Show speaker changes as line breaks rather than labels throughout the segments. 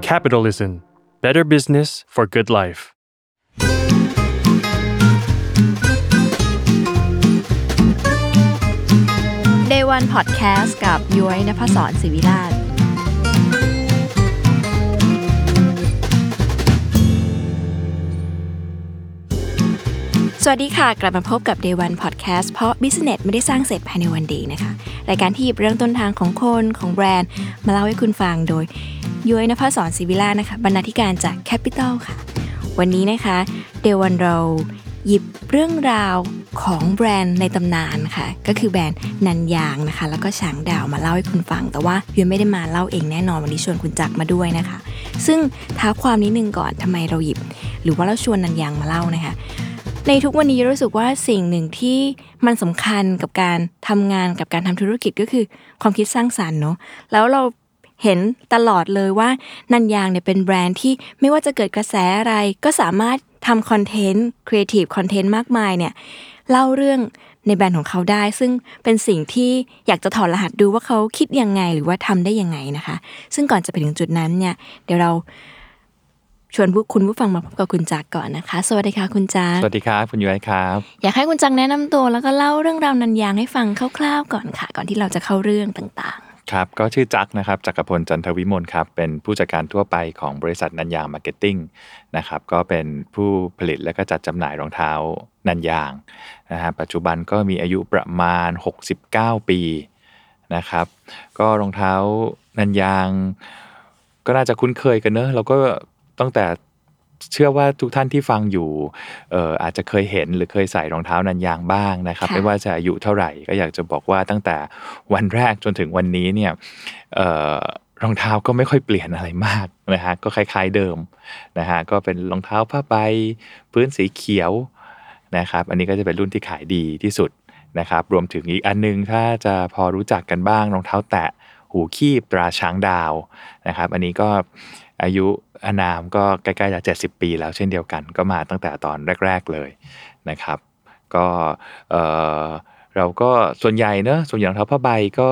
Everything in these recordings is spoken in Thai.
Capitalism Better Business for Good Life
เดวันพอดแคสต์กับย้อยนภศรศิวิลาศสวัสดีค่ะ กลับมาพบกับ Day One Podcast เพราะ Business ไม่ได้สร้างเสร็จภายในวันเดียวนะคะ รายการที่หยิบเรื่องต้นทางของคนของแบรนด์ มาเล่าให้คุณฟังโดยย้อยนภศรศิวิลาศนะคะ บรรณาธิการจาก Capital ค่ะ วันนี้นะคะ เดวันเราหยิบเรื่องราวของแบรนด์ในตำนานค่ะ ก็คือแบรนด์นันยางนะคะ แล้วก็ฉางดาวมาเล่าให้คุณฟัง แต่ว่าย้อยไม่ได้มาเล่าเองแน่นอนวันนี้ชวนคุณจักรมาด้วยนะคะ ซึ่งท้าความนิดนึงก่อนทำไมเราหยิบ หรือว่าเราชวนนันยางมาเล่านะคะ ในทุกวันนี้รู้สึกว่าสิ่งหนึ่งที่มันสำคัญกับการทำงานกับการทำธุรกิจก็คือความคิดสร้างสารรค์เนาะแล้วเราเห็นตลอดเลยว่านันยางเนี่ยเป็นแบรนด์ที่ไม่ว่าจะเกิดกระแสอะไร ก็สามารถทำคอนเทนต์ครีเอทีฟคอนเทนต์มากมายเนี่ยเล่าเรื่องในแบรนด์ของเขาได้ ซึ่งเป็นสิ่งที่อยากจะถอดรหัสดูว่าเขาคิดยังไงหรือว่าทำได้ยังไงนะคะ ซึ่งก่อนจะไปถึงจุดนั้นเนี่ยเดี๋ยวเราชวนผู้คุณผู้ฟังมาพบกับคุณจักรก่อนนะคะ สวัสดีค่ะคุณจักร
สวัสดีครับ คุณย้อยครับ
อยากให้คุณจังแนะนำตัวแล้วก็เล่าเรื่องราวนันยางให้ฟังคร่าวๆก่อนค่ะ ก่อนที่เราจะเข้าเรื่องต่าง
ครับ ก็ชื่อจักนะครับจักรพลจันทวิมลครับ เป็นผู้จัดการทั่วไปของบริษัทนันยางมาร์เก็ตติ้งนะครับ ก็เป็นผู้ผลิตและก็จัดจำหน่ายรองเท้านันยางนะฮะปัจจุบันก็มีอายุประมาณ 69 ปีนะครับ ก็รองเท้านันยาง ก็น่าจะคุ้นเคยกันเนอะเราก็ตั้งแต่เชื่อว่าทุกท่านที่ฟังอยู่เอ่ออาจจะเคยเห็นหรือเคยใส่รองเท้านันยางบ้างนะครับ ไม่ว่าจะอายุเท่าไหร่ก็อยากจะบอกว่าตั้งแต่วันแรกจนถึงวันนี้เนี่ยเอ่อรองเท้าก็ไม่ค่อยเปลี่ยนอะไรมากนะฮะก็คล้ายๆเดิมนะฮะก็เป็นรองเท้าผ้าใบพื้นสีเขียวนะครับอันนี้ก็จะเป็นรุ่นที่ขายดีที่สุดนะครับรวมถึงอีกอันนึงถ้าจะพอรู้จักกันบ้างรองเท้าแตะหูคีบตราช้างดาวนะครับอันนี้ก็อายุอานามก็ใกล้ๆจะ70 ปีแล้วเช่นเดียวกัน ก็มาตั้งแต่ตอนแรก ๆเลยนะครับ ก็เอ่อเราก็ส่วนใหญ่เนอะส่วนใหญ่รองเท้าผ้าใบก็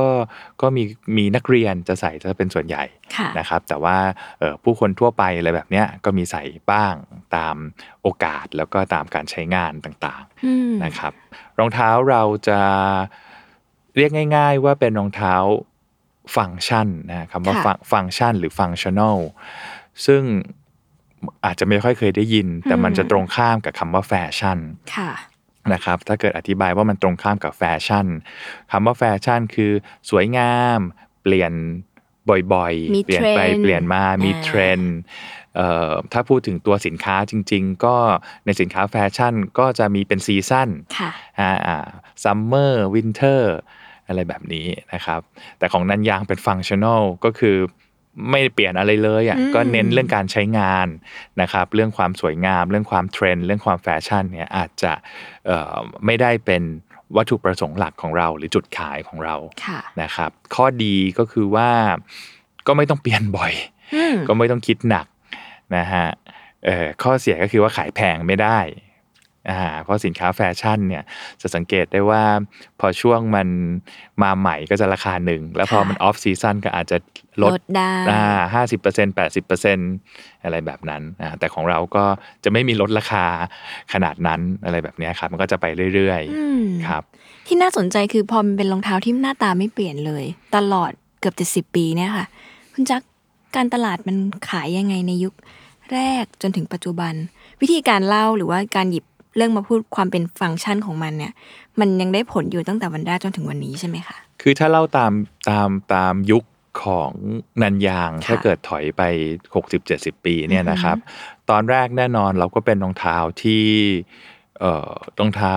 ก็มีมีนักเรียนจะใส่จะเป็นส่วนใหญ่
ๆ ค่ะ
นะครับแต่ว่าเอ่อผู้คนทั่วไปอะไรแบบเนี้ยก็มีใส่บ้างตามโอกาสแล้วก็ตามการใช้งานต่าง
อืม
ๆนะครับ รองเท้าเราจะเรียกง่าย ๆ ว่าเป็นรองเท้าฟังก์ชันนะคำว่า
ค่ะ
ฟังฟังก์ชันหรือฟังชั่นอลซึ่งอาจจะไม่ค่อยเคยได้ยิน แต่มันจะตรงข้ามกับคำว่าแฟชั่น
ค่ะ
นะครับถ้าเกิดอธิบายว่ามันตรงข้ามกับแฟชั่นคำว่าแฟชั่นคือสวยงาม เปลี่ยนบ่อย
มี
ๆ เปลี่ยนไป
เทรนด์
เปลี่ยนมา มี
อ่า
เทรนด์เอ่อถ้าพูดถึงตัวสินค้าจริง ๆ ก็ในสินค้าแฟชั่นก็จะมีเป็นซีซั่น
ค่ะ
อ่าซัมเมอร์วินเทอร์อะไรแบบนี้นะครับ แต่ของนันยางเป็นฟังชั่น a ลก็คือไม่เปลี่ยนอะไรเลยอ่ะ
อืม
ก็เน้นเรื่องการใช้งานนะครับ เรื่องความสวยงาม เรื่องความเทรนด์เรื่องความแฟชั่นเนี่ยอาจจะเอ่อไม่ได้เป็นวัตถุประสงค์หลักของเรา หรือจุดขายของเรา
ค่ะ
นะครับ ข้อดีก็คือว่าก็ไม่ต้องเปลี่ยนบ่อย
อืม
ก็ไม่ต้องคิดหนักนะฮะเอ่อข้อเสียก็คือว่าขายแพงไม่ได้อ่าเพราะสินค้าแฟชั่นเนี่ยจะสังเกตได้ว่าพอช่วงมันมาใหม่ก็จะราคาหนึ่ง แล้วพอมันออฟซีซั o นก็อาจจะลด
ลดได้
ห้าสิบเปอร์เซ็นต์แปดสิบเปอร์เซ็นต์อะไรแบบนั้นอ่าแต่ของเราก็จะไม่มีลดราคาขนาดนั้นอะไรแบบเนี้ยครับ มันก็จะไปเรื่อย
อืม
ๆครับ
ที่น่าสนใจคือพอมันเป็นรองเท้าที่หน้าตาไม่เปลี่ยนเลย ตลอดเกือบเจ็ดสิบปีเนี่ยค่ะ คุณจักรการตลาดมันขายยังไงในยุคแรกจนถึงปัจจุบัน วิธีการเล่าหรือว่าการหยิบเรื่องมาพูดความเป็นฟังก์ชันของมันเนี่ย มันยังได้ผลอยู่ตั้งแต่วันแรกจนถึงวันนี้ใช่ไหมคะ
คือถ้าเล่าตามตามตามยุคของนันยาง
ค่ะ
ถ้าเกิดถอยไป 60-70 ปีเนี่ยนะครับ ตอนแรกแน่นอนเราก็เป็นรองเท้าที่เอ่อรองเท้า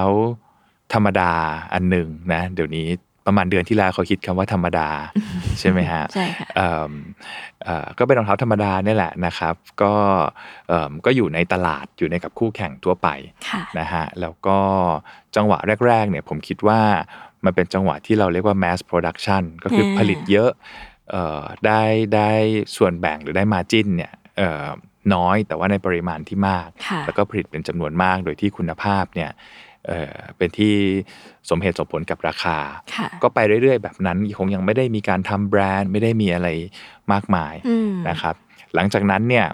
ธรรมดาอันหนึ่งนะ เดี๋ยวนี้ประมาณเดือนที่แล้วเขาคิดคำว่าธรรมดา ใช่ไหมฮะ
ใช่ค่ะ
เอิ่มเอ่อก็เป็นรองเท้าธรรมดาเนี่ยแหละนะครับ ก็เอิ่มก็อยู่ในตลาดอยู่ในกับคู่แข่งทั่วไป
ค่ะ
นะฮะแล้วก็จังหวะแรก ๆ เนี่ยผมคิดว่ามันเป็นจังหวะที่เราเรียกว่า mass production ก็คืออ
ม
ผลิตเยอะเอ่อได้ได้ส่วนแบ่งหรือได้มาจิ้นเนี่ยเอ่อน้อยแต่ว่าในปริมาณที่มาก
ค่ะ
แล้วก็ผลิตเป็นจำนวนมากโดยที่คุณภาพเนี่ย เอ่อเป็นที่สมเหตุสมผลกับราคา
ค่ะ
ก็ไปเรื่อยๆ แบบนั้นคงยังไม่ได้มีการทำแบรนด์ไม่ได้มีอะไรมากมาย
อืม
นะครับหลังจากนั้นเนี่ย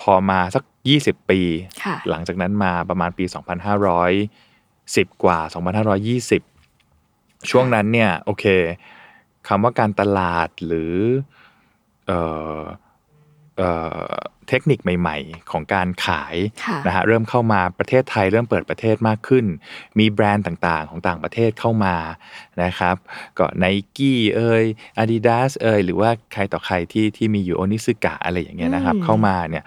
พอมาสัก 20 ปี
ค่ะ
หลังจากนั้นมาประมาณปี 2510 กว่า 2520 ช่วงนั้นเนี่ยโอเคคำว่าการตลาดหรือเอ่อเอ่อเทคนิคใหม่ ๆ ของการขาย
ค่ะ
นะฮะเริ่มเข้ามาประเทศไทยเริ่มเปิดประเทศมากขึ้น มีแบรนด์ต่างๆ ของต่างประเทศเข้ามานะครับก็ไนกี้เอ่ย Adidas เอ่ยหรือว่าใครต่อใครที่ที่มีอยู่โอนิสึกะอะไรอย่างเงี้ยนะครับ
อืม
เข้ามาเนี่ย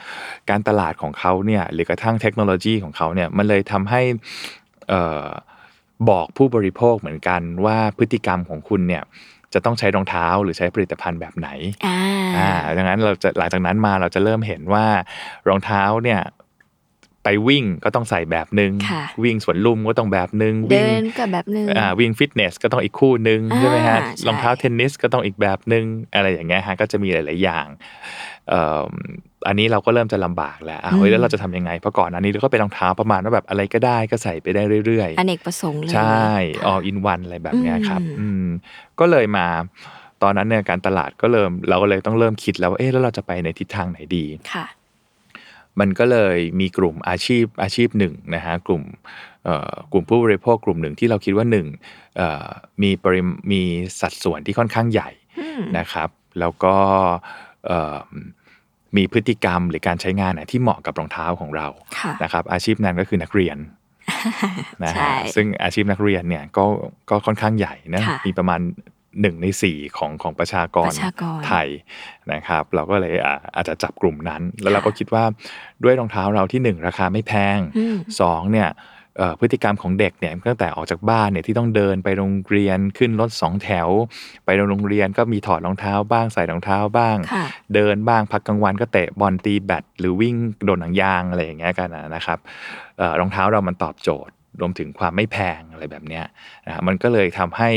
การตลาดของเขาเนี่ยหรือกระทั่งเทคโนโลยีของเขาเนี่ยมันเลยทำให้เอ่อบอกผู้บริโภคเหมือนกันว่าพฤติกรรมของคุณเนี่ยจะต้องใช้รองเท้าหรือใช้ผลิตภัณฑ์แบบไหน
อ่า
อ่าดังนั้นเราจะหลังจากนั้นมาเราจะเริ่มเห็นว่ารองเท้าเนี่ยไปวิ่งก็ต้องใส่แบบนึง
ค่ะ
วิ่งสวนลุมก็ต้องแบบนึงวิ่
เดิ
ง
นก็แบบนึง
อ่าวิ่งฟิตเนสก็ต้องอีกคู่หนึ่ง
อ่า
ใช่ไหมฮะ
ใช่
รองเท้าเทนนิสก็ต้องอีกแบบหนึ่งอะไรอย่างเงี้ยฮะก็จะมีหลาย ๆ อย่างเอิ่มอันนี้เราก็เริ่มจะลำบากแล้วอ่ะเฮ้ยแล้วเราจะทำยังไงเพราะก่อนอันนี้เราก็เป็นรองเท้าประมาณว่าแบบอะไรก็ได้ก็ใส่ไปได้เรื่อย
อเนกประสงค์เลย
ๆ ใช่อ
ค่ะ
อินวันอะไรแบบเนี้ยครับ
อืม
อืมก็เลยมาตอนนั้นเนี่ยการตลาดก็เริ่มเราก็เลยต้องเริ่มคิดแล้วว่าเอ๊ะแล้วเราจะไปในทิศทางไหนดี
ค่ะ
มันก็เลยมีกลุ่มอาชีพอาชีพหนึ่งนะฮะกลุ่มเอ่อกลุ่มผู้บริโภคกลุ่มหนึ่งที่เราคิดว่าหนึ่งเอ่อมีปริมมีสัดส่วนที่ค่อนข้างใหญ่
อืม
นะครับ แล้วก็เอ่อมีพฤติกรรมหรือการใช้งานอะที่เหมาะกับรองเท้าของเรา
ค่ะ
นะครับ อาชีพนั้นก็คือนักเรียน นะ
ใช่
ฮะซึ่งอาชีพนักเรียนเนี่ยก็ก็ค่อนข้างใหญ่นะ
ค่ะ
มีประมาณหนึ่งในสี่ของของประชาก
ป
ร
ระชากร
ไทยนะครับเราก็เลยอ่ะอาจจะจับกลุ่มนั้น แล้วเรา
ค่ะ
ก็คิดว่าด้วยรองเท้าเราที่หนึ่งราคาไม่แพง
อืม
สองเนี่ยเอ่อพฤติกรรมของเด็กเนี่ยตั้งแต่ออกจากบ้านเนี่ยที่ต้องเดินไปโรงเรียนขึ้นรถสองแถว ไปโรงเรียนก็มีถอดรองเท้าบ้างใส่รองเท้าบ้าง
ค่ะ
เดินบ้างพักกลางวันก็เตะบอลตีแบดหรือวิ่งโดดหนังยางอะไรอย่างเงี้ยกันนะนะครับเอ่อรองเท้าเรามันตอบโจทย์ รวมถึงความไม่แพงอะไรแบบเนี้ยนะมันก็เลยทำให้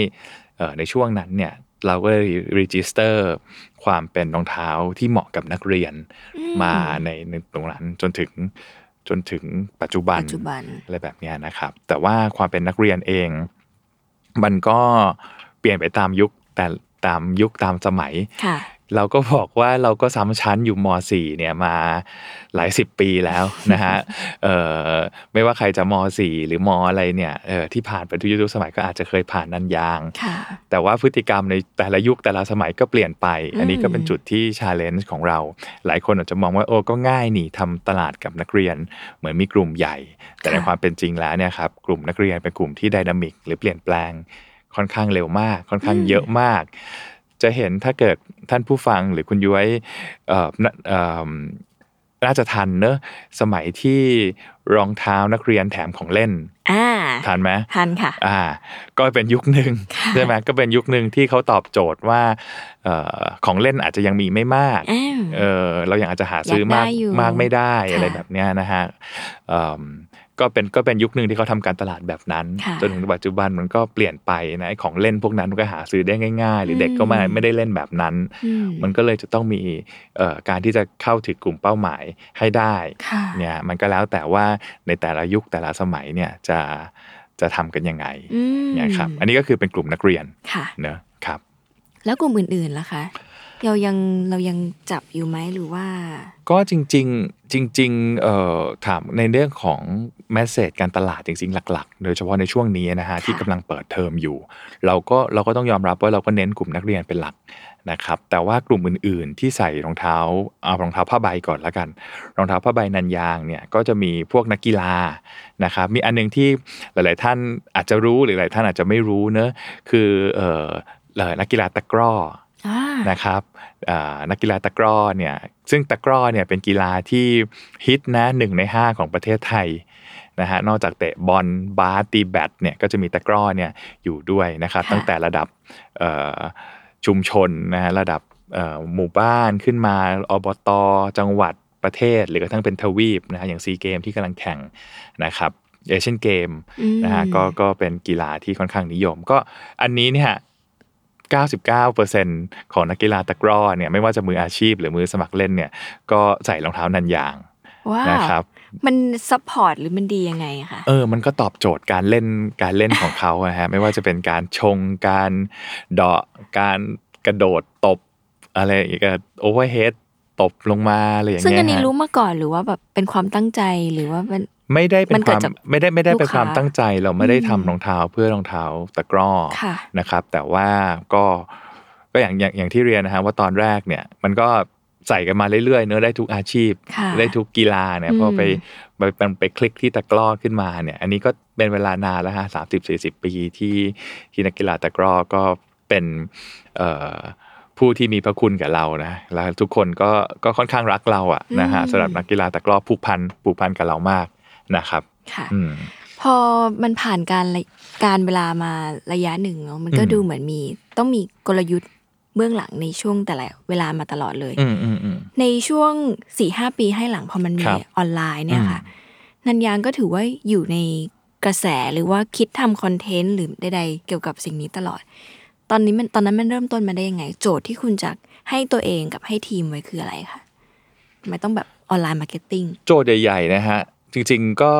เอ่อในช่วงนั้นเนี่ยเราก็เลยรีจิสเตอร์ความเป็นรองเท้าที่เหมาะกับนักเรียน
อืม
มาในในตรงนั้นจนถึงจนถึงปัจจุบัน
ปัจจุบัน
อะไรแบบเนี้ยนะครับ แต่ว่าความเป็นนักเรียนเอง มันก็เปลี่ยนไปตามยุคแต่ตามยุคตามสมัย
ค่ะ
เราก็บอกว่าเราก็ซ้ำชั้นอยู่ม .4 เนี่ยมาหลายสิบปีแล้ว นะฮะเอ่อไม่ว่าใครจะม .4 หรือมอะไรเนี่ยเอ่อที่ผ่านไปทุกยุคทุกสมัยก็อาจจะเคยผ่านนันยาง
ค่ะ
แต่ว่าพฤติกรรมในแต่ละยุคแต่ละสมัยก็เปลี่ยนไป อันนี้ก็เป็นจุดที่ชาเลนจ์ของเรา หลายคนอาจจะมองว่าโอ้ก็ง่ายนี่ทำตลาดกับนักเรียน เหมือนมีกลุ่มใหญ่ แต่ใน
ค่ะ
ความเป็นจริงแล้วเนี่ยครับกลุ่มนักเรียนเป็นกลุ่มที่ไดนามิกหรือเปลี่ยนแปลงค่อนข้างเร็วมาก ค่อนข้างเยอะมาก จะเห็นถ้าเกิดท่านผู้ฟังหรือคุณย้วยเอ่อน่าเอ่อน่าจะทันเนอะสมัยที่รองเท้านักเรียนแถมของเล่น
อ่า
ทันไหม
ทันค่ะ
อ่าก็เป็นยุคหนึ่งใช่ไหมก็เป็นยุคหนึ่งที่เขาตอบโจทย์ว่าเออของเล่นอาจจะยังมีไม่มาก
อ้าว
เออเรายังอาจจะหาซื้อมาก
อยากได้อยู่
มากไม่ได้อะไร
ค่ะ
แบบเนี้ยนะฮะเอิ่มก็เป็นก็เป็นยุคหนึ่งที่เขาทำการตลาดแบบนั้น
ค่ะ
จนถึงปัจจุบันมันก็เปลี่ยนไปนะไอ้ของเล่นพวกนั้นมันก็หาซื้อได้ง่ายๆ หรือเด็กก็ไม่
อืม
ไม่ได้เล่นแบบนั้น
อื
มันก็เลยจะต้องมีเอ่อการที่จะเข้าถึงกลุ่มเป้าหมายให้ได้
ค่ะ
เนี่ยมันก็แล้วแต่ว่าในแต่ละยุคแต่ละสมัยเนี่ยจะจะทำกันยังไง
อืม
เนี่ยครับอันนี้ก็คือเป็นกลุ่มนักเรียน
ค่ะ
เนอะครับ
แล้วกลุ่มอื่นๆล่ะคะ เรายังเรายังจับอยู่ไหมหรือว่า
ก็จริงๆจริงๆเอ่อถามในเรื่องของแมสเซจการตลาดจริงๆหลักๆ โดยเฉพาะในช่วงนี้นะฮะที่กำลังเปิดเทอมอยู่ เราก็เราก็ต้องยอมรับว่าเราก็เน้นกลุ่มนักเรียนเป็นหลักนะครับแต่ว่ากลุ่มอื่นๆ ที่ใส่รองเท้าเอารองเท้าผ้าใบก่อนละกัน รองเท้าผ้าใบนันยางเนี่ยก็จะมีพวกนักกีฬานะครับมีอันหนึงที่หลายๆท่านอาจจะรู้หรือหลายท่านอาจจะไม่รู้เนอะคือเอ่อเอ่อนักกีฬาตะกร้อ
อ่า
นะครับอ่านักกีฬาตะกร้อเนี่ยซึ่งตะกร้อเนี่ยเป็นกีฬาที่ฮิตนะหนึ่งใน 5 ของประเทศไทยนะฮะนอกจากเตะบอลบาสตีแบดเนี่ยก็จะมีตะกร้อเนี่ยอยู่ด้วยนะครับ
ค่ะ
ตั้งแต่ระดับเอ่อชุมชนนะฮะระดับเอ่อหมู่บ้านขึ้นมาอบต จังหวัดประเทศ หรือกระทั่งเป็นทวีปนะฮะอย่างซีเกมที่กำลังแข่งนะครับเอเชียนเกมนะฮะ
อืม
ก็ก็เป็นกีฬาที่ค่อนข้างนิยม ก็อันนี้เนี่ย 99%ของนักกีฬาตะกร้อเนี่ยไม่ว่าจะมืออาชีพหรือมือสมัครเล่นเนี่ยก็ใส่รองเท้านันยาง
ว้าว
นะครับ
มันซัพพอร์ตหรือมันดียังไงอะคะ
เออ มันก็ตอบโจทย์การเล่นการเล่นของเขาอะฮะ ไม่ว่าจะเป็นการชง การเดาะ การกระโดดตบอะไรอีกโอเวอร์เฮดตบลงมาอะไรอย่าง
ซึ่ง
เงี้ย
อันนี้
ฮะ
รู้มาก่อนหรือว่าแบบเป็นความตั้งใจหรือว่ามัน
ไม่ได้เป็
มัน น
ค
เกิด
วาม
จาก
ไม่ได้ไม่ได้
ลูก
เป็นความ
ค้า
ตั้งใจเราไม่ได้
อื
ทำ
ม
รองเท้าเพื่อรองเท้าตะกร้อ
ค่ะ
นะครับแต่ว่าก็ก็อย่างอย่างอย่างที่เรียนนะฮะว่าตอนแรกเนี่ยมันก็ใส่กันมาเรื่อยๆเนื้อะได้ทุกอาชีพ
ค่ะ
ได้ทุกกีฬาเนี่ย
อืม
พอไปไปไปไปคลิกที่ตะกร้อขึ้นมาเนี่ยอันนี้ก็เป็นเวลานานแล้วฮะสามสิบสี่สิบปีที่ที่นักกีฬาตะกร้อก็เป็นเอ่อผู้ที่มีพระคุณกับเรานะแล้วทุกคนก็ก็ค่อนข้างรักเราอะนะฮะสำหรับนักกีฬาตะกร้อผูกพันผูกพันกับเรามากนะครับ
ค่ะ
อืม
พอมันผ่านการระการเวลามาระยะหนึ่งเนอะมันก็
อืม
ดูเหมือนมี ต้องมีกลยุทธ์เบื้องหลังในช่วงแต่ละเวลามาตลอดเลย
อืมอืมอืม
ในช่วงสี่ห้าปีให้หลังพอมันมี
ครับ
ออนไลน์เนี่ย
อืม
ค่ะ นันยางก็ถือว่าอยู่ในกระแสหรือว่าคิดทำคอนเทนต์หรือใดๆเกี่ยวกับสิ่งนี้ตลอด ตอนนี้มันตอนนั้นมันเริ่มต้นมาได้ยังไง โจทย์ที่คุณจะให้ตัวเองกับให้ทีมไว้คืออะไรคะทำไมต้องแบบออนไลน์มาร์เก็ตติ้ง
โจทย์ใหญ่ๆนะฮะ จริงๆก็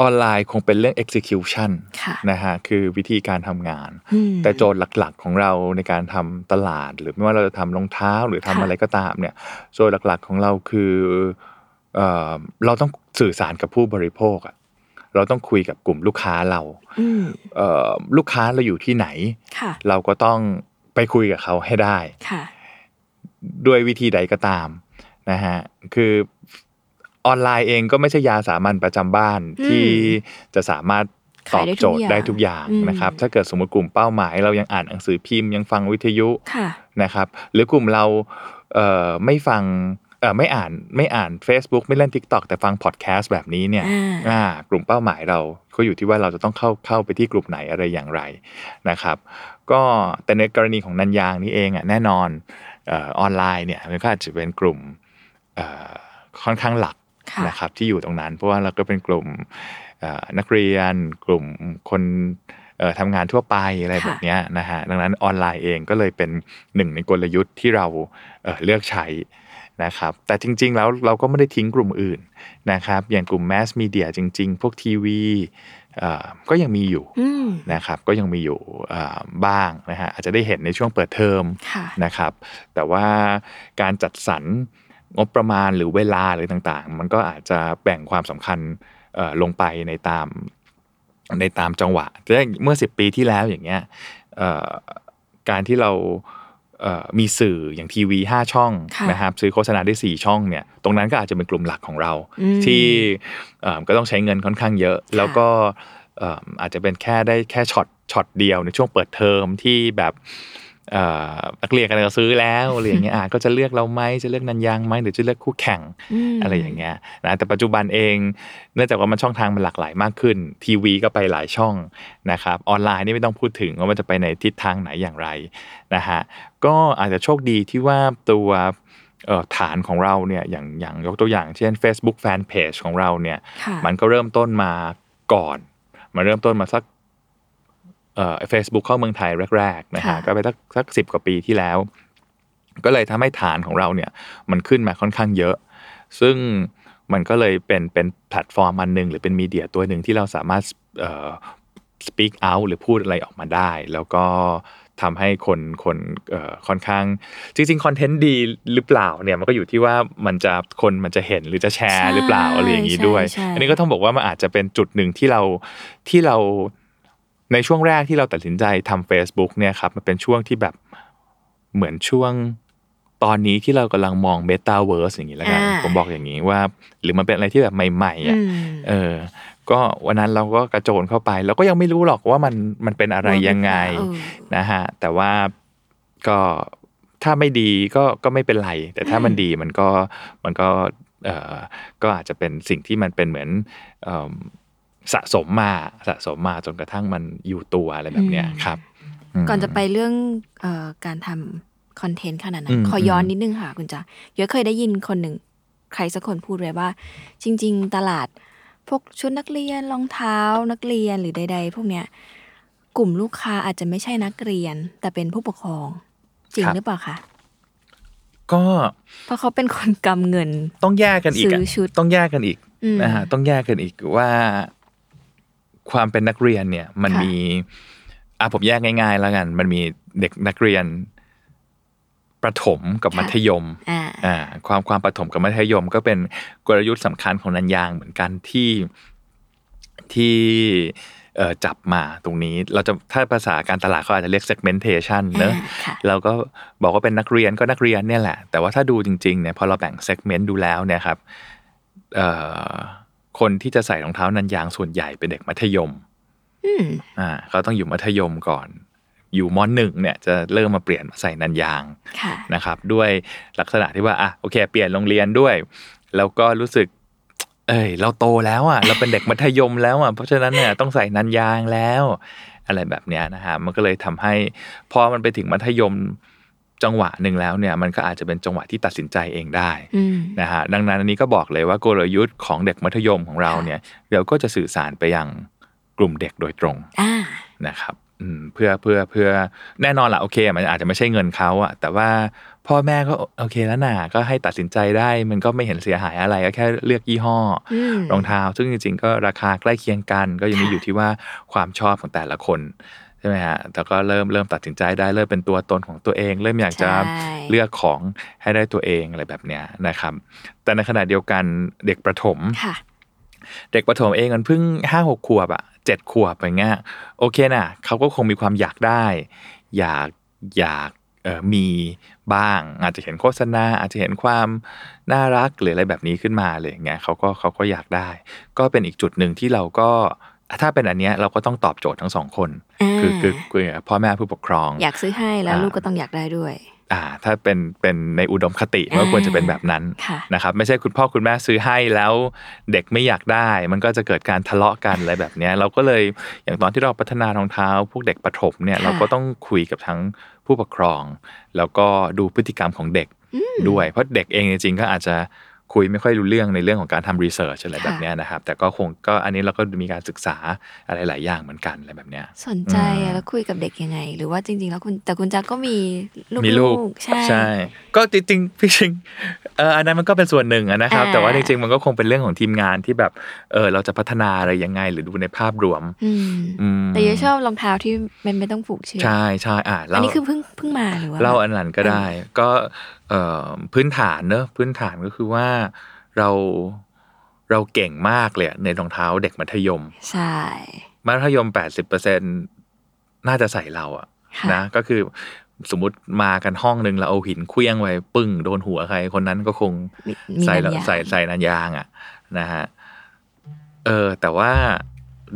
ออนไลน์คงเป็นเรื่อง execution
ค่ะ
นะฮะคือวิธีการทำงาน
อืม
แต่โจทย์หลักๆ ของเราในการทำตลาด หรือไม่ว่าเราจะทำรองเท้าหรือทำ
ค่ะ
อะไรก็ตามเนี่ยโจทย์หลักๆของเราคือเอ่อเราต้องสื่อสารกับผู้บริโภคอะเราต้องคุยกับกลุ่มลูกค้าเรา
อืม
เอ่อลูกค้าเราอยู่ที่ไหน
ค่ะ
เราก็ต้องไปคุยกับเขาให้ได้
ค่ะ
ด้วยวิธีใดก็ตามนะฮะคือออนไลน์เองก็ไม่ใช่ยาสามัญประจำบ้าน
อืม
ที่จะสามารถตอบโจทย์
ขา
ได้
ยได้ทุ
ทุ
ก
กอย่
อา
ย่าง ง
อืม
นะครับ ถ้าเกิดสมมติกลุ่มเป้าหมาย เรายังอ่านหนังสือพิมพ์ยังฟังวิทยุ
ค่ะ
นะครับ หรือกลุ่มเราเอ่อไม่ฟังเอ่อไม่อ่านไม่อ่าน Facebook ไม่เล่น TikTok แต่ฟังพอดแคสต์แบบนี้เนี่ย
อ่า
อ่ากลุ่มเป้าหมายเราก็อยู่ที่ว่าเราจะต้องเข้าเข้าไปที่กลุ่มไหนอะไรอย่างไรนะครับ ก็แต่ในกรณีของนันยางนี่เองอ่ะแน่นอนเออออนไลน์เนี่ยมันก็อาจจะเป็นกลุ่มเอ่อค่อนข้างหลัก
ค่ะ
นะครับที่อยู่ตรงนั้น เพราะว่าเราก็เป็นกลุ่มเอ่อนักเรียน กลุ่มคนเอ่อทำงานทั่วไปอะไร
ค่ะ
แบบเนี้ยนะฮะดังนั้นออนไลน์เองก็เลยเป็นหนึ่งในกลยุทธ์ที่เราเอ่อเลือกใช้นะครับแต่จริง ๆ แล้วเราก็ไม่ได้ทิ้งกลุ่มอื่น นะครับอย่างกลุ่มแมสมีเดียจริง ๆ พวกทีวีเอ่อก็ยังมีอยู่
อืม
นะครับก็ยังมีอยู่เอ่อบ้างนะฮะอาจจะได้เห็นในช่วงเปิดเทอม
ค่ะ
นะครับแต่ว่าการจัดสรรงบประมาณหรือเวลาหรือต่างๆ มันก็อาจจะแบ่งความสำคัญเอ่อลงไปในตามในตามจังหวะแต่เมื่อ 10 ปีที่แล้วอย่างเงี้ยเอ่อการที่เราเอ่อมีสื่ออย่างทีวี 5 ช่อง
ค่ะ
นะครับซื้อโฆษณาได้ 4 ช่องเนี่ยตรงนั้นก็อาจจะเป็นกลุ่มหลักของเรา
อืม
ที่เอ่อก็ต้องใช้เงินค่อนข้างเยอะ แล้วก็เอ่ออาจจะเป็นแค่ได้แค่ช็อตช็อตเดียวในช่วงเปิดเทอมที่แบบเอ่อนักเรียนกันก็ซื้อแล้วอะไรอย่างเงี้ยอ่ะก็จะเลือกเราไหมจะเลือกนันยางไหมหรือจะเลือกคู่แข่ง
ม
อะไรอย่างเงี้ยนะแต่ปัจจุบันเองเนื่องจากว่ามันช่องทางมันหลากหลายมากขึ้น ทีวีก็ไปหลายช่องนะครับออนไลน์นี่ไม่ต้องพูดถึงว่ามันจะไปในทิศทางไหนอย่างไรนะฮะก็อาจจะโชคดีที่ว่าตัว เอ่อฐานของเราเนี่ยอย่างอย่างยกตัวอย่างเช่น Facebook Fan Page ของเราเนี่ย
ค่ะ
มันก็เริ่มต้นมาก่อนมันเริ่มต้นมาสักเอ่อ Facebook เข้าเมืองไทยแรกๆนะฮะก็ไปสักสักสิบกว่าปีที่แล้ว ก็เลยทำให้ฐานของเราเนี่ยมันขึ้นมาค่อนข้างเยอะ ซึ่งมันก็เลยเป็นเป็นแพลตฟอร์มอันหนึ่งหรือเป็นมีเดียตัวหนึ่งที่เราสามารถเอ่อ speak out หรือพูดอะไรออกมาได้ แล้วก็ทำให้คนคนเอ่อค่อนข้าง จริงๆคอนเทนต์ดีหรือเปล่าเนี่ยมันก็อยู่ที่ว่ามันจะคนมันจะเห็นหรือจะแชร์หรือเปล่าอะไรอย่างนี้ด้วย
ใช่ใช่
อันนี้ก็ต้องบอกว่ามันอาจจะเป็นจุดหนึ่งที่เราที่เราในช่วงแรกที่เราตัดสินใจทำ Facebook เนี่ยครับมันเป็นช่วงที่แบบเหมือนช่วงตอนนี้ที่เรากำลังมองเมตาเวิร์สอย่างนี้แล้วกัน
อ่า
ผมบอกอย่างนี้ว่า หรือมันเป็นอะไรที่แบบใหม่ๆอ่ะ
อืม
เออ ก็วันนั้นเราก็กระโจนเข้าไป แล้วก็ยังไม่รู้หรอกว่ามันมันเป็นอะไรยังไง
เออ
นะฮะ แต่ว่าก็ถ้าไม่ดีก็ก็ไม่เป็นไร แต่ถ้ามันดีมันก็มันก็เออก็อาจจะเป็นสิ่งที่มันเป็นเหมือนเอิ่มสะสมมาสะสมมาจนกระทั่งมันอยู่ตัวอะไรแบบเนี้ย
อืม
ครับม
ก่อนจะไปเรื่องเอ่อการทำคอนเทนต์ขนาดนั้
อื
น
ม
ขอย้อน
อืม
นิดนึงค่ะคุณจ๋าเยอะเคยได้ยินคนหนึ่งใครสักคนพูดไว้ว่า จริง ๆ ตลาดพวกชุดนักเรียนรองเท้านักเรียนหรือใด ๆ พวกเนี้ยกลุ่มลูกค้าอาจจะไม่ใช่นักเรียน แต่เป็นผู้ปกครอง จริงหรือเปล่าคะ
ก็
เพราะเขาเป็นคนกำเงิน
ต้องแยกกันอีก
ซื้
อะ
อชุด
ต้องแยกกันอีก
อืม
นะฮะต้องแยกกันอีกว่าความเป็นนักเรียนเนี่ย มัน
ค่ะ
มีอ่ะผมแยกง่าย ๆ แล้วกัน มันมีเด็กนักเรียนประถมกับมัธยม
อ่า
อ่าความความประถมกับมัธยมก็เป็นกลยุทธ์สำคัญของนันยางเหมือนกันที่ที่เอ่อจับมาตรงนี้ เราจะถ้าภาษาการตลาดเขาอาจจะเรียก segmentation เนอะ
อ่าค่ะ
เราก็บอกว่าเป็นนักเรียนก็นักเรียนเนี่ยแหละ แต่ว่าถ้าดูจริงๆเนี่ยพอเราแบ่ง segment ดูแล้วเนี่ยครับเอ่อคนที่จะใส่รองเท้านันยางส่วนใหญ่เป็นเด็กมัธยม
อืม
อ่าเขาต้องอยู่มัธยมก่อน อยู่มหนึ่งเนี่ยจะเริ่มมาเปลี่ยนมาใส่นันยาง
ค่ะ
นะครับด้วยลักษณะที่ว่าอ่ะโอเค เปลี่ยนโรงเรียนด้วย แล้วก็รู้สึก เอ้ยเราโตแล้วอ่ะเราเป็นเด็กมัธยมแล้วอ่ะเพราะฉะนั้นเนี่ยต้องใส่นันยางแล้ว อะไรแบบเนี้ยนะฮะมันก็เลยทำให้พอมันไปถึงมัธยมจังหวะหนึ่งแล้วเนี่ยมันก็อาจจะเป็นจังหวะที่ตัดสินใจเองได้
อืม
นะฮะดังนั้นอันนี้ก็บอกเลยว่ากลยุทธ์ของเด็กมัธยมของเราเนี่ยเดี๋ยวก็จะสื่อสารไปยังกลุ่มเด็กโดยตรง
อ่า
นะครับอืมเพื่อเพื่อเพื่อแน่นอนละโอเค มันอาจจะไม่ใช่เงินเขาอะแต่ว่าพ่อแม่ก็โอเคแล้วน่ะก็ให้ตัดสินใจได้ มันก็ไม่เห็นเสียหายอะไรก็แค่เลือกยี่ห้อ
อืม
รองเท้า ซึ่งจริงๆ ก็ราคาใกล้เคียงกัน ก็ยังมีอยู่ที่ว่าความชอบของแต่ละคนใช่ไหมฮะแต่ก็เริ่มเริ่มตัดสินใจได้เริ่มเป็นตัวตนของตัวเอง เริ่มอยากจะ
ใช่
เลือกของให้ได้ตัวเองอะไรแบบเนี้ยนะครับ แต่ในขณะเดียวกันเด็กประถม
ค่ะ
เด็กประถมเองมันเพิ่งห้าหกขวบอะเจ็ดขวบอย่างเงี้ยโอเคนะเขาก็คงมีความอยากได้ อยากอยากเอ่อมีบ้าง อาจจะเห็นโฆษณา อาจจะเห็นความน่ารักหรืออะไรแบบนี้ขึ้นมาเลยอย่างเงี้ยเขาก็เขาก็อยากได้ ก็เป็นอีกจุดหนึ่งที่เราก็ถ้าเป็นอันเนี้ยเราก็ต้องตอบโจทย์ทั้งสองคน
อ่า
คือคือคือพ่อแม่ผู้ปกครอง
อยากซื้อให้แล้ว
อ่า
ลูกก็ต้องอยากได้ด้วย
อ่าถ้าเป็นเป็นในอุดมคติมันก็ควรจะเป็นแบบนั้น
ค่ะ
นะครับไม่ใช่คุณพ่อคุณแม่ซื้อให้แล้วเด็กไม่อยากได้ มันก็จะเกิดการทะเลาะกันอะไรแบบเนี้ยเราก็เลยอย่างตอนที่เราพัฒนารองเท้า พวกเด็กประถมเนี่ย
ค่ะ
เราก็ต้องคุยกับทั้งผู้ปกครอง แล้วก็ดูพฤติกรรมของเด็กด้วย เพราะเด็กเองจริงๆก็อาจจะคุยไม่ค่อยรู้เรื่องในเรื่องของการทำรีเสิร์ชอะไร
ค่ะ
แบบเนี้ยนะครับแต่ก็คงก็อันนี้เราก็มีการศึกษาอะไรหลายอย่างเหมือนกันอะไรแบบเนี้ย
สนใจ
อื
อะ
ม
แล้วคุยกับเด็กยังไง หรือว่าจริง ๆ แล้วคุณแต่คุณจักรก็มีลูก
มีลูก
ๆใช่
ก็จริงๆพี่ชิงเอออันนั้นมันก็เป็นส่วนหนึ่งอะนะครับ
อ่า
แต่ว่าจริงๆมันก็คงเป็นเรื่องของทีมงานที่แบบเออเราจะพัฒนาอะไรยังไง หรือดูในภาพรวม
อืม
อืม
แต่เยอะชอบรองเท้าที่มันไม่ต้องผูกเชือก
ใช่ใช่อ่า
อั
เล่าน
นี้คือเพิ่งเพิ่งมาหรือว่า
เล่าอันนั้นก็ได้ ก็เออพื้นฐานเนอะพื้นฐานก็คือว่าเราเราเก่งมากเลยอะในรองเท้าเด็กมัธยม
ใช่
มัธยม 80%น่าจะใส่เราอะ
ค่ะ
นะก็คือสมมติมากันห้องนึงแล้วเอาหินเคลี้ยงไว้ปึ้งโดนหัวใครคนนั้นก็คง
มีมี
ใส่
นันยาง
ใส่ใส่นันยางอ่ะนะฮะเออแต่ว่า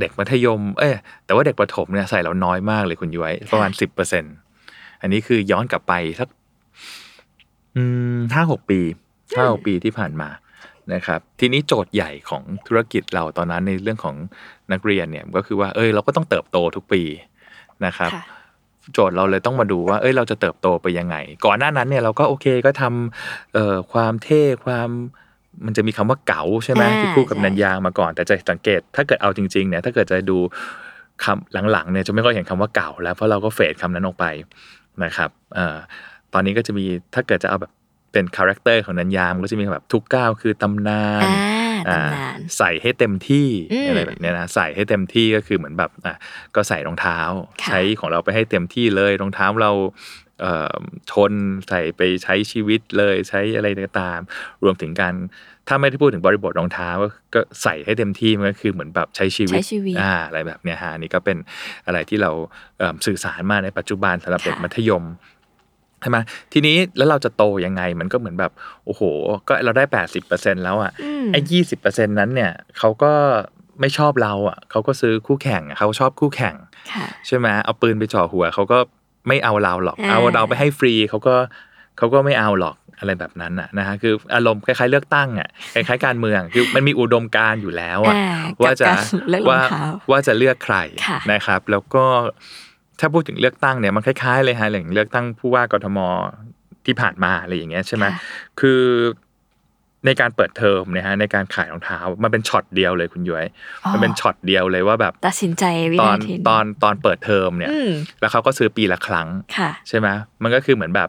เด็กมัธยม เอ้ยแต่ว่าเด็กประถมเนี่ยใส่เราน้อยมากเลยคุณย้อยประมาณสิบเปอร์เซ็นอันนี้คือย้อนกลับไปสักอืมห้าหกปีห้าหกปีที่ผ่านมานะครับ ทีนี้โจทย์ใหญ่ของธุรกิจเราตอนนั้นในเรื่องของนักเรียนเนี่ยก็คือว่าเอ้ยเราก็ต้องเติบโตทุกปีนะครับ
ค่ะ
โจทย์เราเลยต้องมาดูว่า เอ้ย เราจะเติบโตไปยังไง ก่อนหน้านั้นเนี่ยเราก็โอเคก็ทำเอ่อความเท่ ความ มันจะมีคำว่าเก๋าใช่ไหม
อ่า
ที่คู่กับ
ใช่
นันยางมาก่อน แต่จะสังเกต ถ้าเกิดเอาจริงๆ เนี่ย ถ้าเกิดจะดูคำหลังๆ เนี่ย จะไม่ค่อยเห็นคำว่าเก๋าแล้ว เพราะเราก็เฟดคำนั้นออกไปนะครับเอ่อตอนนี้ก็จะมี ถ้าเกิดจะเอาแบบเป็นคาแรคเตอร์ของนันยางมันก็จะมีแบบทุกก้าวคือตำนาน
อ่า
อ่า
ตำนาน
ใส่ให้เต็มที่
อืม
อะไรแบบเนี้ยนะใส่ให้เต็มที่ก็คือเหมือนแบบอ่ะก็ใส่รองเท้า
ค่ะ
ใช้ของเราไปให้เต็มที่เลยรองเท้าเราเอ่อชนใส่ไปใช้ชีวิตเลยใช้อะไรก็ตาม รวมถึงการถ้าไม่ได้พูดถึงบริบทรองเท้าก็ก็ใส่ให้เต็มที่มันก็คือเหมือนแบบใช้ชีวิต
ใช้ชีวิต
อ่าอะไรแบบเนี้ยฮะอันนี่ก็เป็นอะไรที่เราเอิ่มสื่อสารมาในปัจจุบันสำหรับเด็ก
ค่ะ
มัธยม ใช่ไหมทีนี้แล้วเราจะโตยังไงมันก็เหมือนแบบโอ้โห ก็เราได้แปดสิบเปอร์เซ็นแล้วอ่ะ
อืม
ไอ้ยี่สิบเปอร์เซ็นนั้นเนี่ยเขาก็ไม่ชอบเราอ่ะเขาก็ซื้อคู่แข่งอะเขาชอบคู่แข่ง
ค่ะ
ใช่ไหมเอาปืนไปจ่อหัวเขาก็ไม่เอาเราหรอก
อ่า
เอาเราไปให้ฟรีเขาก็เขาก็ไม่เอาหรอกอะไรแบบนั้นอ่ะนะฮะคืออารมณ์คล้ายๆเลือกตั้งอ่ะคล้ายๆการเมืองคือมันมีอุดมการณ์อยู่แล้วอ่ะ
อ่า
ว่าจะ
กับกร เลือกรอ
ว่าง
เท้า
ว่าจะเลือกใคร
ค่ะ
นะครับ แล้วก็ถ้าพูดถึงเลือกตั้งเนี่ยมันคล้ายๆเลยฮะอย่างเลือกตั้งผู้ว่ากทมที่ผ่านมาอะไรอย่างเงี้ยใช่ไหม
ค่ะ
คือในการเปิดเทอมเนะฮะในการขายรองเท้ามันเป็นช็อตเดียวเลยคุณย้อยมันเป็นช็อตเดียวเลยว่าแบบ
ตัดสินใจวิ
ตอ
นาที
นตอนตอนเปิดเทอมเนี่ย
อืม
แล้วเขาก็ซื้อปีละครั้ง
ค่ะ
ใช่ไหมมันก็คือเหมือนแบบ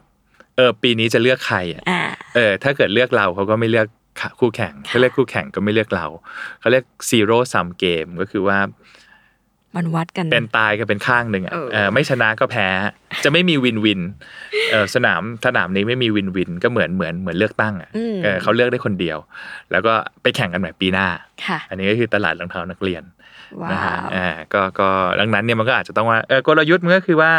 เออปีนี้จะเลือกใครอะ
อ่า
เออถ้าเกิดเลือกเราเขาก็ไม่เลือก ค่ะคู่แข่งเขาเรียกคู่แข่งก็ไม่เลือกเราเขาเรียกซีโร่ซัมเกมก็คือว่า
มันวัดกัน
เป็นตายก็เป็นข้างหนึ่งอะ
เออ
เอ่อไม่ชนะก็แพ้ จะไม่มีวินวินเอ่อสนามสนามนี้ไม่มีวินวินก็เหมือนเหมือนเหมือนเลือกตั้งอะ
อืม
เออเขาเลือกได้คนเดียว แล้วก็ไปแข่งกันใหม่ปีหน้า
ค่ะ
อันนี้ก็คือตลาดรองเท้านักเรียน
ว้า
นะฮะ
ว
อ่าก็ก็ดังนั้นเนี่ยมันก็อาจจะต้องว่าเออกลยุทธ์มันก็คือว่า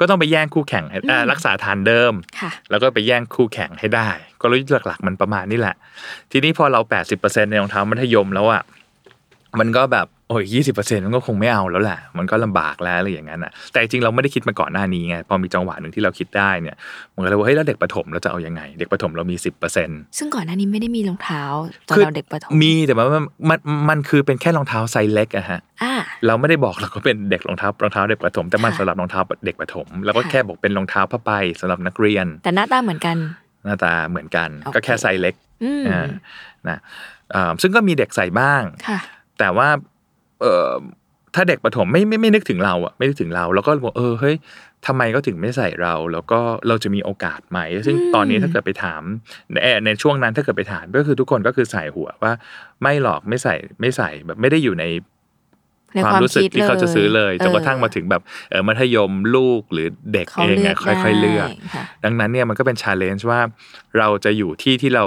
ก็ต้องไปแย่งคู่แข่งให้อ่า
อืม
รักษาฐานเดิม
ค่ะ
แล้วก็ไปแย่งคู่แข่งให้ได้กลยุทธ์หลักๆ มันประมาณนี้แหละ ทีนี้พอเรา 80%ในรองเท้ามัธยมแล้วอะมันก็แบบโอ้ยยี่สิบเปอร์เซ็นต์มันก็คงไม่เอาแล้วแหละ มันก็ลำบากแล้วอะไรอย่างนั้นอะแต่จริงๆเราไม่ได้คิดมาก่อนหน้านี้ไง พอมีจังหวะหนึ่งที่เราคิดได้เนี่ยมันก็เลยว่าเฮ้ยแล้วเด็กประถมเราจะเอายังไง เด็กประถมเรามีสิบเปอร์เซ็นต์
ซึ่งก่อนหน้านี้ไม่ได้มีรองเท้าตอน
คือ
เราเด็กประถม
มีแต่มันมันมันมันคือเป็นแค่รองเท้าไซส์เล็กอะฮะ
อ่า
เราไม่ได้บอกเราก็เป็นเด็กรองเท้ารองเท้าเด็กประถม แต่มัน
ค่ะ
สำหรับรองเท้าเด็กประถม แล้วก็
ค่ะ
แค่บอกเป็นรองเท้าผ้าใบสำหรับนักเรียน
แต่หน้าตาเหมือนกัน
หน้าตาเหมือนกัน
โอเค
ก็แค่ไซส์เล็ก
อืม
อ่านะเอ่อซึ่งก็มีเด็กใส่บ้าง
ค่ะ
แต่ว่าเอ่อถ้าเด็กประถมไม่ไม่ไม่นึกถึงเราอะไม่นึกถึงเรา แล้วก็บอกเออเฮ้ยทำไมก็ถึงไม่ใส่เรา แล้วก็เราจะมีโอกาสไหม ซึ่ง
อืม
ตอนนี้ถ้าเกิดไปถามในเอ่อในช่วงนั้นถ้าเกิดไปถามก็คือทุกคนก็คือใส่หัวว่า ไม่หรอกไม่ใส่ไม่ใส่แบบไม่ได้อยู่ใน
ในค
คาว
วาม ม
รู้สึก
คิด
ที่เขาจะซื้อเลยจนกระทั่งมา
เออ
ถึงแบบเออมัธยมลูกหรือเด็ก
เขา
เอง
เลือ
อะ
ก
ค่อย ๆ เลือก
ได้ค่ะ
ดังนั้นเนี่ยมันก็เป็นชาเลนจ์ว่าเราจะอยู่ที่ที่เรา